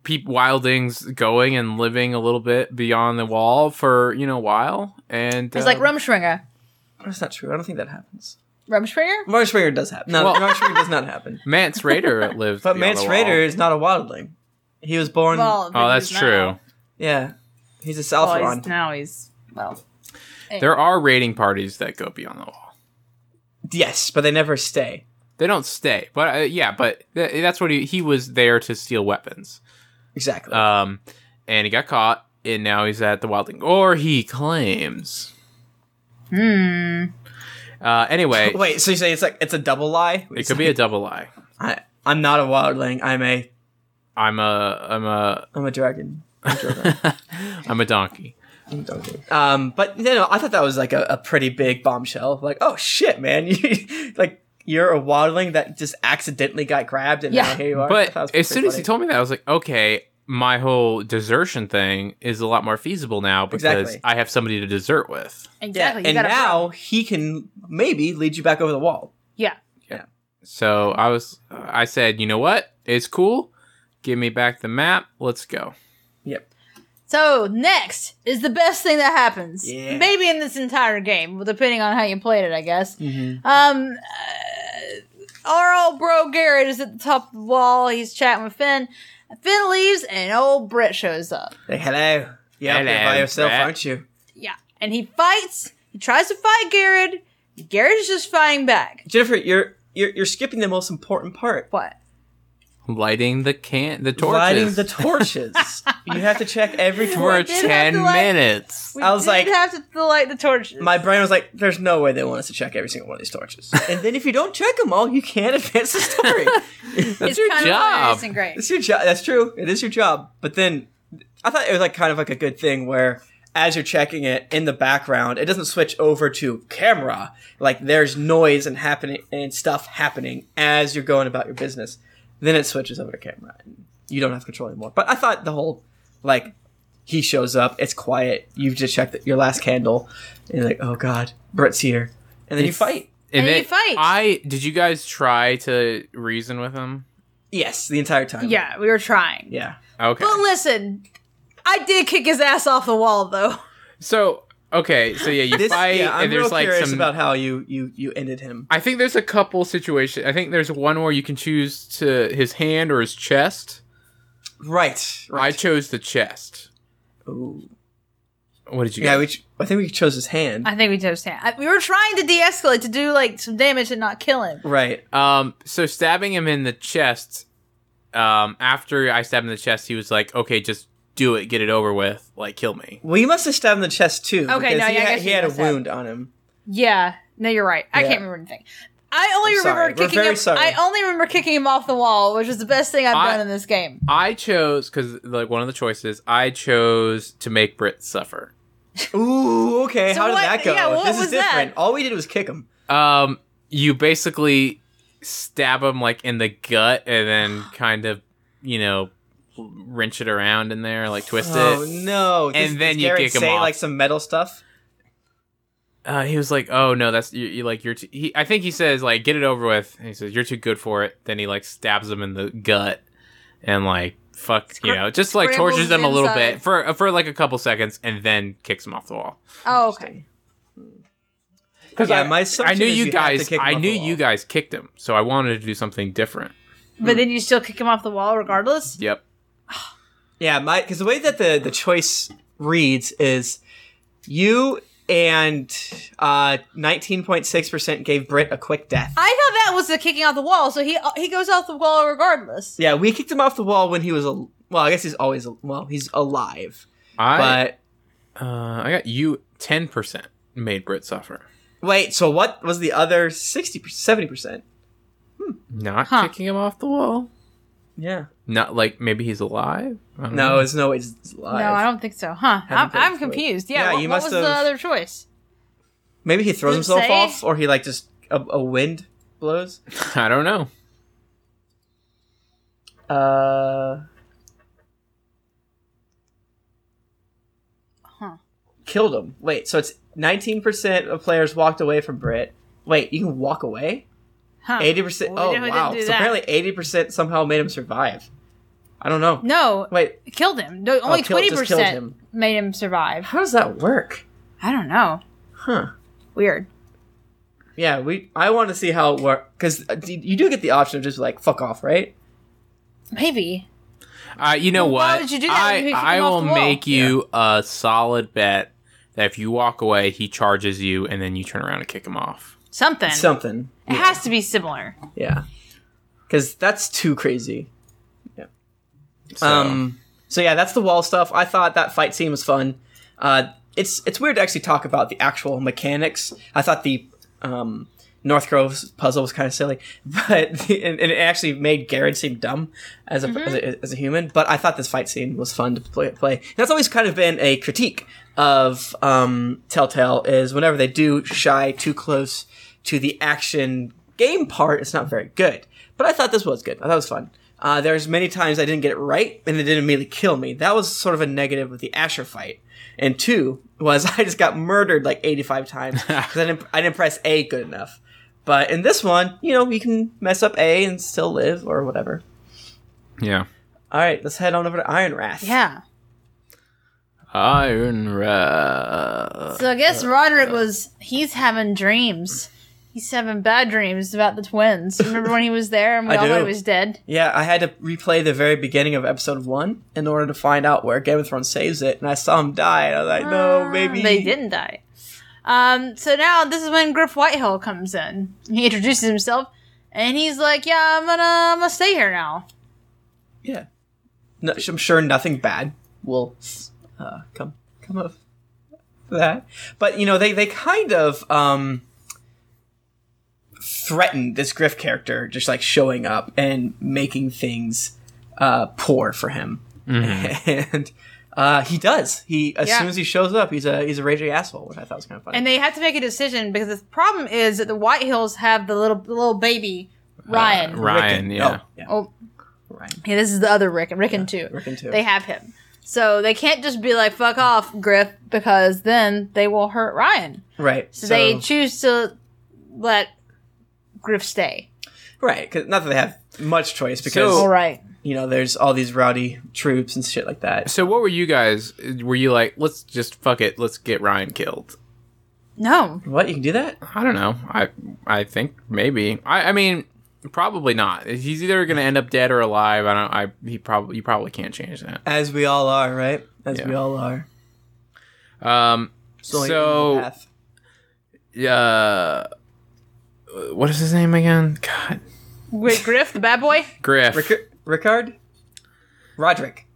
A: peop wildings going and living a little bit beyond the wall for you know a while, and uh,
B: It's like Rumspringer.
C: That's not true. I don't think that happens.
B: Rumspringer?
C: Marsh Springer does happen. No,
A: Well-
C: Marsh Springer does not happen.
A: Mance Raider lives.
C: But
A: beyond
C: Mance
A: the
C: Raider
A: wall.
C: is not a wildling. He was born.
B: Well,
A: Oh,
B: but
A: that's
B: he's
A: true.
B: Now.
C: yeah, he's a
B: Well,
C: Southron.
B: he's, now he's, well.
A: There are raiding parties that go beyond the wall.
C: yes, but they never stay.
A: They don't stay, but uh, yeah, but th- that's what he he was there to steal weapons.
C: Exactly.
A: Um, and he got caught, and now he's at the Wildling, or he claims.
B: Hmm.
A: Uh, anyway,
C: Wait, so you say it's like it's a double lie?
A: it could be a double lie.
C: I, I'm not a wildling. I'm a
A: I'm a I'm a
C: I'm a dragon. I'm a dragon.
A: I'm a donkey.
C: I'm a dragon. um, but you know, I thought that was like a, a pretty big bombshell. Like, oh shit, man! You, like you're a wildling that just accidentally got grabbed, and
B: Yeah.
C: now here you are. I thought
A: But
C: it was
A: as soon
C: pretty
A: as he
C: funny.
A: told me that, I was like, okay, my whole desertion thing is a lot more feasible now because
C: Exactly.
A: I have somebody to desert with.
B: Exactly.
C: yeah,
B: you
C: and
B: gotta-
C: now he can maybe lead you back over the wall.
B: Yeah.
A: So I was I said, you know what? It's cool. Give me back the map. Let's go.
C: Yep.
B: So next is the best thing that happens,
C: Yeah.
B: maybe in this entire game, well, depending on how you played it, I guess.
C: Mhm.
B: Um, uh, our old bro Garrett is at the top of the wall. He's chatting with Finn. Finn leaves, and old Britt shows up.
C: Like, hello. Yeah,
A: Hello,
C: you're by yourself,
A: Brett.
C: aren't you?
B: Yeah, and he fights. He tries to fight Garrett. Garrett's just fighting back.
C: Jennifer, you're you're you're skipping the most important part.
B: What?
A: lighting the can the torches
C: lighting the torches. you have to check every
A: for
C: torch.
B: did have to
A: ten
B: light-
A: minutes.
B: We
C: I was
B: did
C: like-
B: have to light the torches.
C: My brain was like, "There's no way they want us to check every single one of these torches." and then if you don't check them all, you can't advance the story.
A: That's
B: it's
A: your
B: kind of
A: job.
B: hilarious and great.
C: It's your job. That's true. It is your job. But then I thought it was like kind of like a good thing where as you're checking it in the background, it doesn't switch over to camera. Like there's noise and happening and stuff happening as you're going about your business. Then it switches over to camera. And you don't have control anymore. But I thought the whole like he shows up, it's quiet. You've just checked your last candle, and you're like, oh god, Brett's here, and then you
A: It's-
C: fight.
B: And you
A: it-
B: fight.
A: I did. You guys try to reason with him?
C: Yes, the entire time.
B: Yeah, we were trying.
C: Yeah.
A: Okay.
B: But listen, I did kick his ass off the wall though.
A: so okay. So yeah, you
C: This,
A: fight,
C: yeah, I'm
A: and there's
C: real
A: like
C: curious
A: some
C: about how you you you ended him.
A: I think there's a couple situations. I think there's one where you can choose to his hand or his chest.
C: Right.
A: I chose the chest.
C: Ooh.
A: What did you?
C: Yeah,
A: Yeah,
C: we ch- I think we chose his hand.
B: I think we chose him. I, we were trying to de-escalate to do like some damage and not kill him.
C: right.
A: um. So stabbing him in the chest. Um. After I stabbed him in the chest, he was like, "Okay, just do it. Get it over with. Like, kill me."
C: Well, you must have stabbed him in the chest too.
B: Okay,
C: because
B: no,
C: he
B: yeah, I
C: had,
B: guess
C: he
B: you
C: had a
B: must have.
C: wound on him.
B: Yeah. No, you're right. I
C: Yeah.
B: can't remember anything. I only
C: I'm
B: remember
C: sorry. We're
B: kicking
C: very
B: him.
C: sorry.
B: I only remember kicking him off the wall, which is the best thing I've
A: I-
B: done in this game.
A: I chose because like one of the choices I chose to make Brit suffer.
C: Ooh, okay.
B: So
C: how did
B: what-
C: that go?
B: yeah, what
C: this is
B: was that?
C: different. All we did was kick him.
A: Um. You basically stab him like in the gut and then kind of you know wrench it around in there, like twist
C: Oh
A: it.
C: no! Does-
A: And then
C: does
A: you
C: Garrett
A: kick him
C: say,
A: off.
C: like some metal stuff.
A: uh, he was like, "Oh no, that's you, you like you're." Too, he, I think he says like, "Get it over with." And he says, "You're too good for it." Then he like stabs him in the gut, and like fuck, you know, just like
B: scrambles
A: tortures him a little
B: inside.
A: bit for for like a couple seconds, and then kicks him off the wall.
B: Oh, okay.
C: Yeah,
A: I,
C: my
A: I
C: assumption
A: knew
C: is
A: you
C: you have to
A: guys.
C: kick him
A: I
C: off the
A: knew you
C: wall.
A: guys kicked him, so I wanted to do something different.
C: Hmm.
B: But then you still kick him off the wall regardless.
A: Yep.
C: Yeah, my because the way that the the choice reads is you and uh 19.6% gave Britt a quick death.
B: I thought that was the kicking off the wall, so he he goes off the wall regardless.
C: Yeah, we kicked him off the wall when he was a well. I guess he's always al- well. He's alive,
A: I
C: but
A: uh, I got you ten percent made Brit suffer,
C: Wait, so what was the other 60 70%?
A: not
B: Huh.
A: kicking him off the wall.
C: Yeah.
A: Not like maybe he's alive. I don't
C: No,
A: know.
C: it's no way it's alive.
B: No, I don't think so. Huh? I'm,
C: Haven't played
B: I'm
C: before.
B: confused. Yeah.
C: Yeah,
B: what,
C: you
B: what
C: must
B: was
C: have-
B: the other choice?
C: Maybe he throws
B: Does it
C: himself
B: say?
C: off or he like just a, a wind blows.
A: I don't know.
C: Uh
B: Huh.
C: killed him. Wait, so it's 19% of players walked away from Brit. Wait, you can walk away?
B: Huh.
C: 80%.
B: Well, we
C: Oh,
B: definitely didn't
C: wow.
B: do
C: So
B: that.
C: apparently 80% somehow made him survive. I don't know.
B: No,
C: Wait, Oh,
B: it killed him. No, only
C: killed-
B: twenty
C: just killed
B: percent
C: him.
B: made him survive.
C: how does that work?
B: I don't know.
C: Huh.
B: Weird.
C: Yeah, we. I want to see how it works because you do get the option of just like fuck off, right?
B: Maybe.
A: Uh, you know
B: Well,
A: what?
B: why would you do that
A: I,
B: when you kick
A: I
B: him off
A: will
B: the wall?
A: make you a solid bet that if you walk away, he charges you, and then you turn around and kick him off.
B: Something.
C: Something.
B: It has to be similar.
C: Yeah, because that's too crazy.
A: So,
C: Um. So yeah, that's the wall stuff. I thought that fight scene was fun. Uh, it's it's weird to actually talk about the actual mechanics. I thought the um North Grove's puzzle was kind of silly, but the, and, and it actually made Garrett seem dumb as a, as a as a human. But I thought this fight scene was fun to play. play. And that's always kind of been a critique of um, Telltale is whenever they do shy too close to the action game part, it's not very good. But I thought this was good. I thought it was fun. Uh, there's many times I didn't get it right, and it didn't immediately kill me. That was sort of a negative with the Asher fight. And two was I just got murdered like 85 times because I didn't, I didn't press A good enough. But in this one, you know, you can mess up A and still live or whatever.
A: yeah.
C: All right, let's head on over to Iron Wrath.
B: Yeah.
A: Iron Wrath.
B: So I guess Roderick was he's having dreams. He's having bad dreams about the twins. Remember when he was there and we
C: I
B: all thought
C: do.
B: he was dead?
C: Yeah, I had to replay the very beginning of episode one in order to find out where Game of Thrones saves it, and I saw him die, and I was like, no, maybe.
B: Uh, They didn't die. Um, so now this is when Griff Whitehill comes in. He introduces himself and he's like, Yeah, I'm gonna I'm gonna stay here now.
C: yeah. No, I'm sure nothing bad will uh, come come of that. But you know, they they kind of um, threaten this Griff character just like showing up and making things uh, poor for him,
A: Mm-hmm.
C: and uh, he does. He as
B: Yeah.
C: soon as he shows up, he's a he's a raging asshole, which I thought was kind of funny.
B: and they have to make a decision because the problem is that the White Hills have the little the little baby
C: Uh,
B: Ryan.
A: Ryan,
C: Rickon.
A: yeah.
C: Oh, yeah,
B: Oh,
C: Ryan.
B: yeah, this is the other Rickon. Rickon too.
C: Rickon too.
B: They have him, so they can't just be like "fuck off, Griff," because then they will hurt Ryan.
C: Right.
B: So, they choose to let Griff stay.
C: right because not that they have much choice because
A: So-
B: All right.
C: you know there's all these rowdy troops and shit like that.
A: So what were you guys? Were you like, let's just fuck it, let's get Ryan killed?
B: No.
C: What you can do that?
A: I don't know. I I think maybe. I I mean probably not. He's either going to end up dead or alive. I don't. I he probably you probably can't change that.
C: As we all are, right? As
A: Yeah.
C: we all are.
A: Um.
C: It's only one
A: so
C: path.
A: uh, what is his name again? God,
B: Wait, Griff, the bad boy?
A: Griff.
C: Rick- Rickard, Roderick.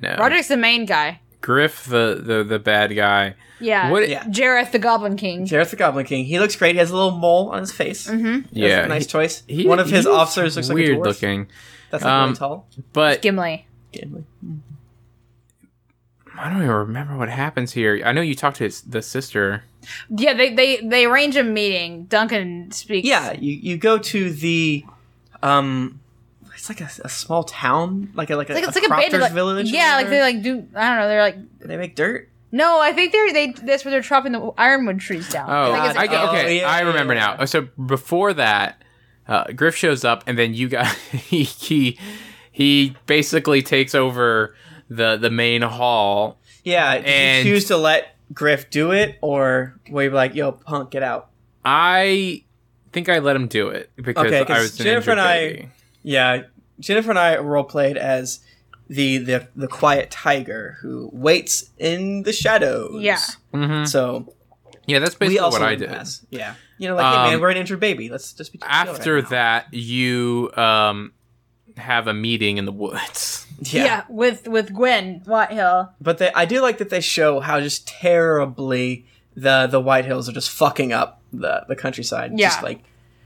A: no,
B: Roderick's the main guy.
A: Griff, the the the bad guy.
B: Yeah.
A: What?
C: Yeah.
B: Jareth the Goblin King.
C: Jareth the Goblin King. He looks great. He has a little mole on his face. Mm-hmm.
A: Yeah,
C: nice
A: he-
C: choice.
A: he-
C: One of his
A: he is
C: officers looks
A: weird
C: like a dwarf.
A: looking,
C: That's like
A: Um,
C: really tall.
A: but
B: Gimli.
C: Gimli.
A: I don't even remember what happens here. I know you talked to his, the sister.
B: Yeah, they, they they arrange a meeting. Duncan speaks.
C: Yeah, you, you go to the, um, it's like a, a small town, like a like a,
B: It's like, it's
C: a
B: like a bandit,
C: crofter's
B: like,
C: village. or
B: Yeah, like they
C: whatever.
B: like do I don't know, they're like
C: they make dirt.
B: no, I think they're they that's where they're chopping the ironwood trees down.
A: Oh,
B: Like, it's
A: I
B: like-
A: get,
C: oh,
A: okay.
C: yeah,
A: I
C: yeah,
A: remember
C: yeah.
A: now. So before that, uh, Griff shows up, and then you guys he, he he basically takes over the the main hall.
C: Yeah, did
A: And-
C: you choose to let Griff do it, or were you like, "Yo, punk, get out"?
A: I think I let him do it because
C: Okay, 'cause
A: I was an
C: Jennifer
A: injured
C: and I-
A: baby.
C: Yeah, Jennifer and I role played as the, the the quiet tiger who waits in the shadows. Mm-hmm.
B: Yeah.
A: Mhm.
C: So
A: Yeah, that's
C: we
A: basically
C: also
A: what I
C: didn't
A: did.
C: pass. Yeah, you know, like, hey
A: Um,
C: man, we're an injured baby. Let's just be chill right
A: After
C: now.
A: that, you um have a meeting in the woods.
B: yeah. with with Gwen Whitehill.
C: But they, I do like that they show how just terribly the the White Hills are just fucking up the the countryside.
B: Yeah.
C: Just like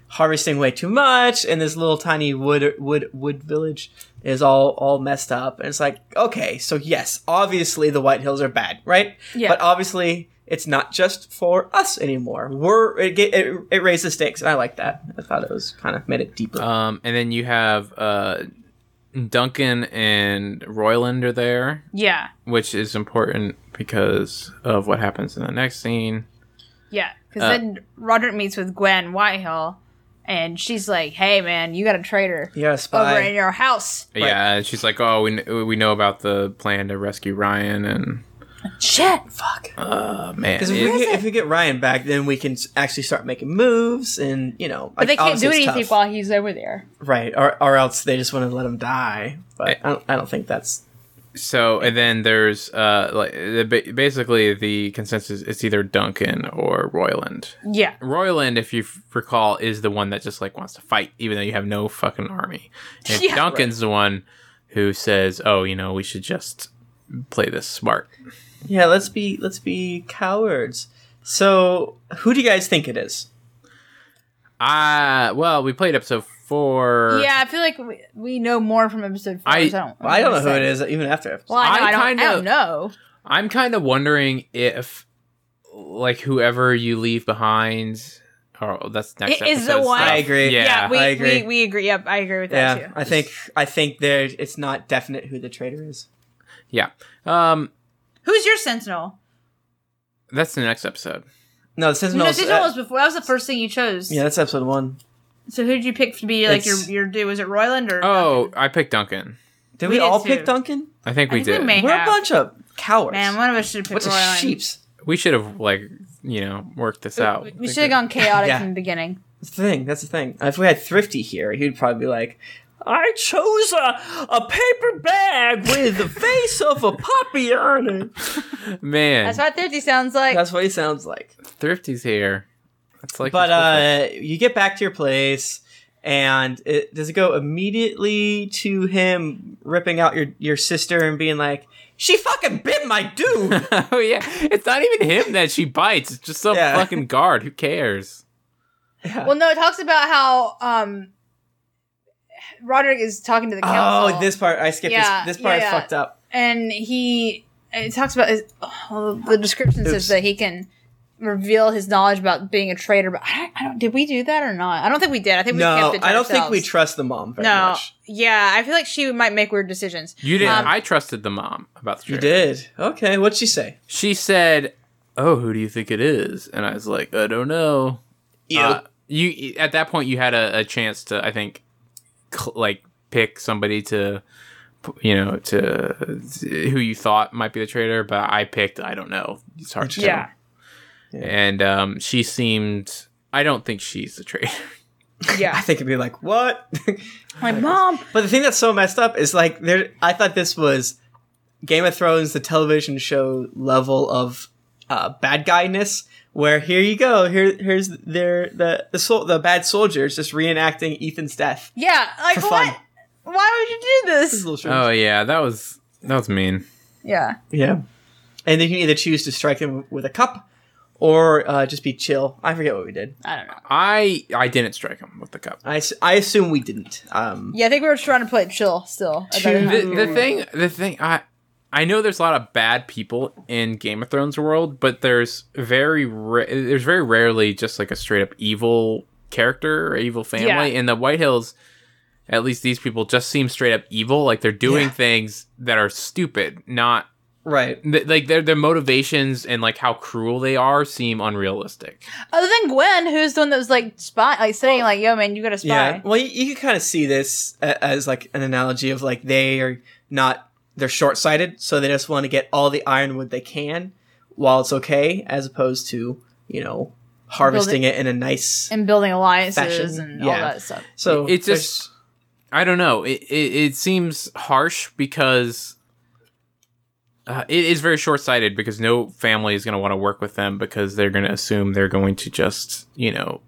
C: harvesting way too much, and this little tiny wood wood wood village is all all messed up. And it's like, okay, so yes, obviously the White Hills are bad, right?
B: Yeah.
C: But obviously it's not just for us anymore. We're it get, it, it raises stakes, and I like that. I thought it was kind of made it deeper.
B: Uh,
A: Um, and then you have uh Duncan and Royland are there.
B: Yeah.
A: which is important because of what happens in the next scene.
B: Yeah. Because
A: Uh,
B: then Roderick meets with Gwen Whitehill and she's like, Hey man, you got a traitor
C: You're a
B: over in
C: spy.
B: your house.
A: Yeah, and she's like, "Oh, we kn- we know about the plan to rescue Ryan," and
B: Shit.
C: Fuck.
A: uh, man,
C: Because if,
A: it-
C: we get- if we get Ryan back, then we can s- actually start making moves, and you know,
B: But they can't do anything
C: Tough.
B: while he's over there.
C: Right, or, or else they just want to let him die. But I don't, I don't think that's
A: so and then there's uh like the- ba- basically the consensus it's either Duncan or Royland.
B: Yeah.
A: Royland, if you f- recall, is the one that just like wants to fight, even though you have no fucking army. And
B: Yeah.
A: Duncan's the one who says, "Oh, you know, we should just play this smart."
C: yeah. Let's be let's be cowards. So who do you guys think it is?
A: Ah, well, we played episode four.
B: Yeah, I feel like we, we know more from episode four.
A: I-
B: which I don't.
C: Well, I don't know who it is even after.
B: Well, I, know,
A: I
B: I, don't,
A: kinda-
B: I don't know.
A: I'm kind of wondering if, like, whoever you leave behind, oh, that's next
B: It is the
A: episode's
B: one-
A: stuff.
C: I agree.
A: Yeah,
B: Yeah, we,
C: I agree.
B: We, we agree. Yep, I agree with that
C: yeah,
B: too.
C: I think I think there it's not definite who the traitor is.
A: yeah. Um,
B: Who's your sentinel?
A: that's the next episode.
C: No, this is
B: No,
C: no.
B: sentinel was before. That was the first thing you chose.
C: uh, yeah, that's episode one.
B: So who did you pick to be like your
C: It's-
B: your dude? Was it Royland or?
A: Oh, I picked Duncan.
C: Did
B: We
C: we,
B: did
C: all
B: too.
C: pick Duncan?
A: I think
B: I
A: we
B: think we
A: did. We,
B: may- They
C: We're
B: have.
C: a bunch of cowards.
B: man, one of us should have picked
C: What's
B: Royland.
C: a sheep's
A: should have like you know worked this out.
B: We- We should have gone chaotic
C: Yeah.
B: from the beginning.
C: That's the thing. That's the thing. If we had Thrifty here, he'd probably be like, I chose a, a paper bag with the face of a puppy on it.
A: Man,
B: That's what Thrifty sounds like.
C: That's what he sounds like.
A: Thrifty's here. That's like,
C: But
A: his birthday.
C: uh, you get back to your place, and it does it go immediately to him ripping out your your sister and being like, "She fucking bit my dude."
A: oh yeah, it's not even him that she bites. It's just some
C: uh, Yeah.
A: fucking guard. Who cares?
C: Yeah.
B: Well, no, it talks about how um, Roderick is talking to the council.
C: oh, this part I skipped.
B: Yeah,
C: this, this
B: yeah,
C: part is
B: yeah.
C: fucked up.
B: and he it talks about his, oh, the description
C: Oops.
B: says that he can reveal his knowledge about being a traitor. But I don't, I don't. Did we do that or not? I don't think we did. I think we
C: No,
B: kept it. To
C: I don't think we
B: ourselves.
C: trust the mom very
B: no.
C: much.
B: Yeah, I feel like she might make weird decisions.
A: You didn't.
B: Um,
A: I trusted the mom about the
C: You
A: trip.
C: did. Okay, what'd she say?
A: She said, "Oh, who do you think it is?" And I was like, "I don't know." Uh, you at that point you had a, a chance to, I think, cl- like pick somebody to, you know, to, who you thought might be the traitor, but I picked. I don't know. It's hard to
B: Yeah.
A: tell. And um, she seemed. I don't think she's the traitor.
C: I
B: Yeah,
C: think it'd be like, what?
B: my mom.
C: but the thing that's so messed up is like there I thought this was Game of Thrones, the television show level of uh, bad guyness, where here you go, here here's their the the sol- the bad soldiers just reenacting Ethan's death.
B: Yeah, like
C: For fun.
B: what? Why would you do
C: This is
B: this?
C: a little strange.
A: oh yeah, that was that was mean.
B: Yeah,
C: Yeah. And then you can either choose to strike them with a cup or uh, just be chill. I forget what we did.
B: I don't know.
A: I I didn't strike him with the cup.
C: I, s- I assume we didn't. Um,
B: Yeah, I think we were trying to play it chill still. at that
C: To
A: the,
B: time.
A: the thing the thing i i know there's a lot of bad people in game of thrones world but there's very ra- there's very rarely just like a straight up evil character or evil family
B: Yeah.
A: in the white hills at least these people just seem straight up evil like they're doing
C: Yeah.
A: things that are stupid not
C: Right.
A: th- like their their motivations and like how cruel they are seem unrealistic
B: Other than Gwen, who's the one that was like spy, like saying like, "Yo, man, you got to spy."
C: Yeah. Well, you, you can kind of see this a- as like an analogy of like they are not they're short sighted, so they just want to get all the ironwood they can while it's okay, as opposed to you know harvesting it in a nice.
B: and building alliances
C: Fashion,
B: and all
C: yeah.
B: that stuff.
C: So
A: It's
C: there's-
A: just- I don't know. It it, it seems harsh because uh, it is very short sighted because no family is going to want to work with them because they're going to assume they're going to just you know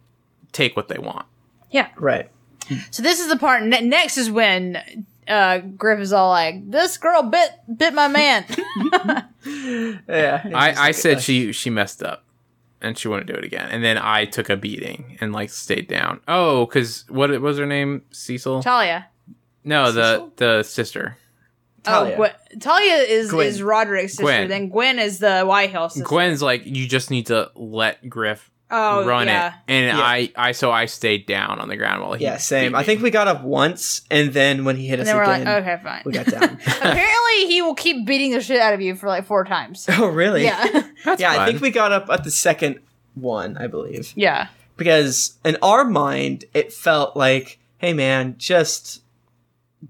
A: take what they want.
C: right.
B: So this is the part. Ne- next is when uh, Griff is all like, "This girl bit bit my man."
C: Yeah. it's just
A: I, I
C: like,
A: said
C: uh,
A: she she messed up and she wouldn't do it again. And then I took a beating and like stayed down. Oh, because what was her name? Cecil?
B: Talia.
A: No, the
C: Cecil?
A: the sister.
C: Talia.
B: Oh, Gwen- Talia is
C: Gwen.
B: is Roderick's sister.
A: Gwen.
B: Then Gwen is the White Hill sister.
A: Gwen's like you just need to let Griff
B: oh,
A: run
B: yeah.
A: it. And
C: Yeah.
A: I I so I stayed down on the ground while he
C: yeah, same.
A: beat
C: I
A: me.
C: think we got up once, and then when he hit
B: And
C: us
B: then we're
C: again,
B: like, "Oh." okay, fine.
C: we got down.
B: Apparently, he will keep beating the shit out of you for like four times.
C: oh, really?
B: Yeah,
A: That's
C: Yeah, I
A: fun.
C: think we got up at the second one, I believe.
B: yeah.
C: because in our mind it felt like hey man just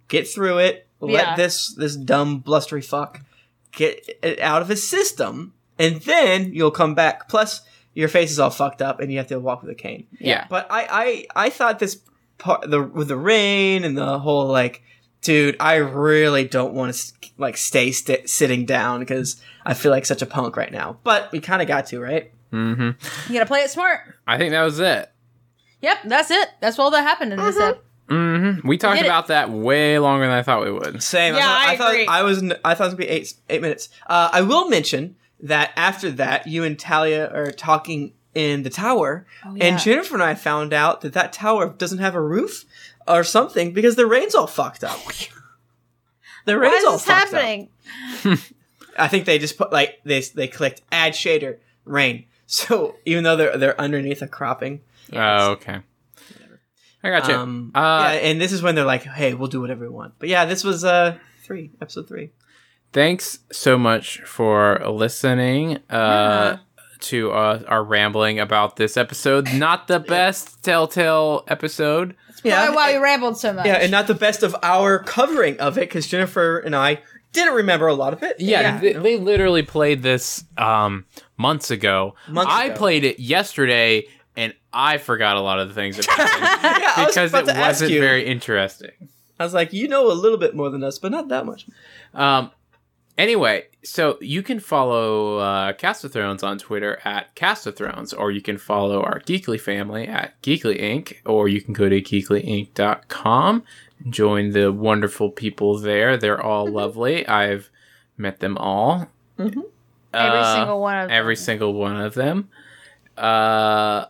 C: get through it
B: Yeah.
C: let this this dumb blustery fuck get it out of his system and then you'll come back plus your face is all fucked up and you have to walk with a cane
A: Yeah.
C: but i i, I thought this part the with the rain and the whole like dude i really don't want to like stay st- sitting down because i feel like such a punk right now but we kind of got to right
A: hmm
B: You gotta play it smart.
A: I think that was it.
B: Yep, that's it. That's all that happened in this
C: Mhm.
B: episode.
A: hmm We talked
B: did it.
A: about that way longer than I thought we would.
C: Same.
B: Yeah,
C: I
B: I
C: thought I,
B: agree.
C: thought I was. I thought it was gonna be eight eight minutes. Uh, I will mention that after that, you and Talia are talking in the tower,
B: Oh, yeah.
C: and Jennifer and I found out that that tower doesn't have a roof or something because the rain's all fucked up. The
B: Why
C: rain's
B: is
C: all
B: this
C: fucked
B: happening?
C: up. I think they just put like they they clicked add shader rain. So even though they're they're underneath a cropping,
A: Oh, okay. I got you.
C: um,
A: uh,
C: yeah, and this is when they're like, "Hey, we'll do whatever we want." But yeah, this was uh three episode three.
A: Thanks so much for listening uh, to uh, our rambling about this episode. Not the best Telltale episode.
B: Probably why we rambled so much.
C: Yeah, and not the best of our covering of it because Jennifer and I didn't remember a lot of it.
A: Yeah, They, they literally played this um, months ago.
C: Months
A: I
C: ago.
A: played it yesterday, and I forgot a lot of the things that happened
C: Yeah, I was
A: because
C: about
A: it
C: to ask
A: wasn't
C: you.
A: very interesting.
C: I was like, you know a little bit more than us, but not that much.
A: Um, Anyway, so you can follow uh, Cast of Thrones on Twitter at Cast of Thrones, or you can follow our Geekly family at Geekly Inc., or you can go to geeklyinc.com and join the wonderful people there. They're all lovely. I've met them all.
C: Mhm.
B: Every
A: Uh,
B: single one of
A: every single one of them. Uh,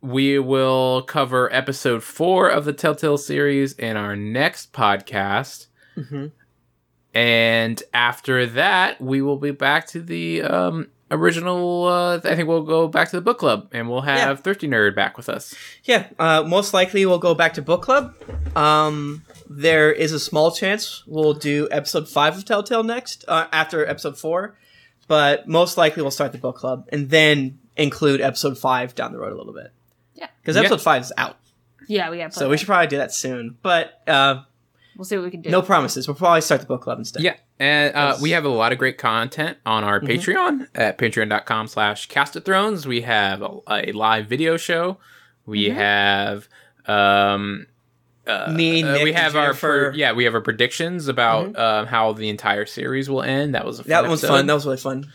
A: we will cover episode four of the Telltale series in our next podcast.
C: Mm-hmm.
A: And after that, we will be back to the um, original. Uh, I think we'll go back to the book club and we'll have
C: Yeah.
A: Thrifty Nerd back with us.
C: Yeah, uh, most likely we'll go back to book club. Um, there is a small chance we'll do episode five of Telltale next uh, after episode four, but most likely we'll start the book club and then include episode five down the road a little bit.
B: Yeah.
C: because
A: Yeah.
C: episode five is out,
B: yeah, we got.
C: so we should probably do that soon. But uh,
B: We'll see what we can do.
C: no promises. We'll probably start the book club instead.
A: Yeah. And uh,
C: Yes.
A: we have a lot of great content on our
C: Mhm.
A: Patreon at patreon.com slash cast of thrones. We have a, a live video show. We
C: Mm-hmm.
B: Mhm.
A: have um uh,
C: Me,
A: uh,
C: Nick,
A: we have
C: and
A: our
C: Jennifer. Mm-hmm.
A: per- yeah, we have our predictions about um, how the entire series will end. That was a fun
C: that one's
A: episode.
C: fun. That was really fun.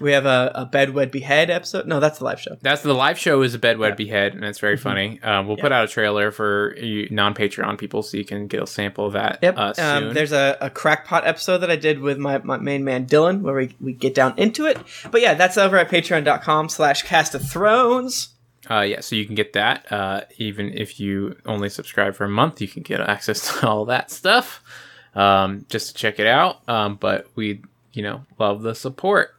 C: We have a, a bedwed behead episode. No, that's the live show.
A: That's the live show is a bedwed behead, and it's
C: Mm-hmm.
A: very funny. Um, we'll put out a trailer for you non Patreon people so you can get a sample of that.
C: Yep.
A: Uh, soon.
C: um, there's a, a crackpot episode that I did with my, my main man Dylan where we, we get down into it. But yeah, that's over at patreon.com slash cast of thrones.
A: Uh, yeah, so you can get that. Uh, even if you only subscribe for a month, you can get access to all that stuff um, just to check it out. Um, but we, you know, love the support.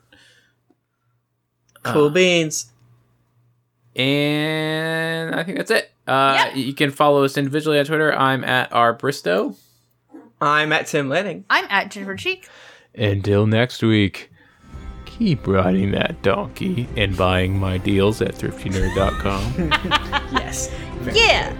A: Uh.
C: Cool beans.
A: And I think that's it. Uh,
B: Yeah.
A: You can follow us individually on Twitter. I'm at rbristow.
C: I'm at Tim Lanning.
B: I'm at Jennifer Cheek.
A: Until next week, keep riding that donkey and buying my deals at thriftynerd.com.
C: Yes.
B: Yeah.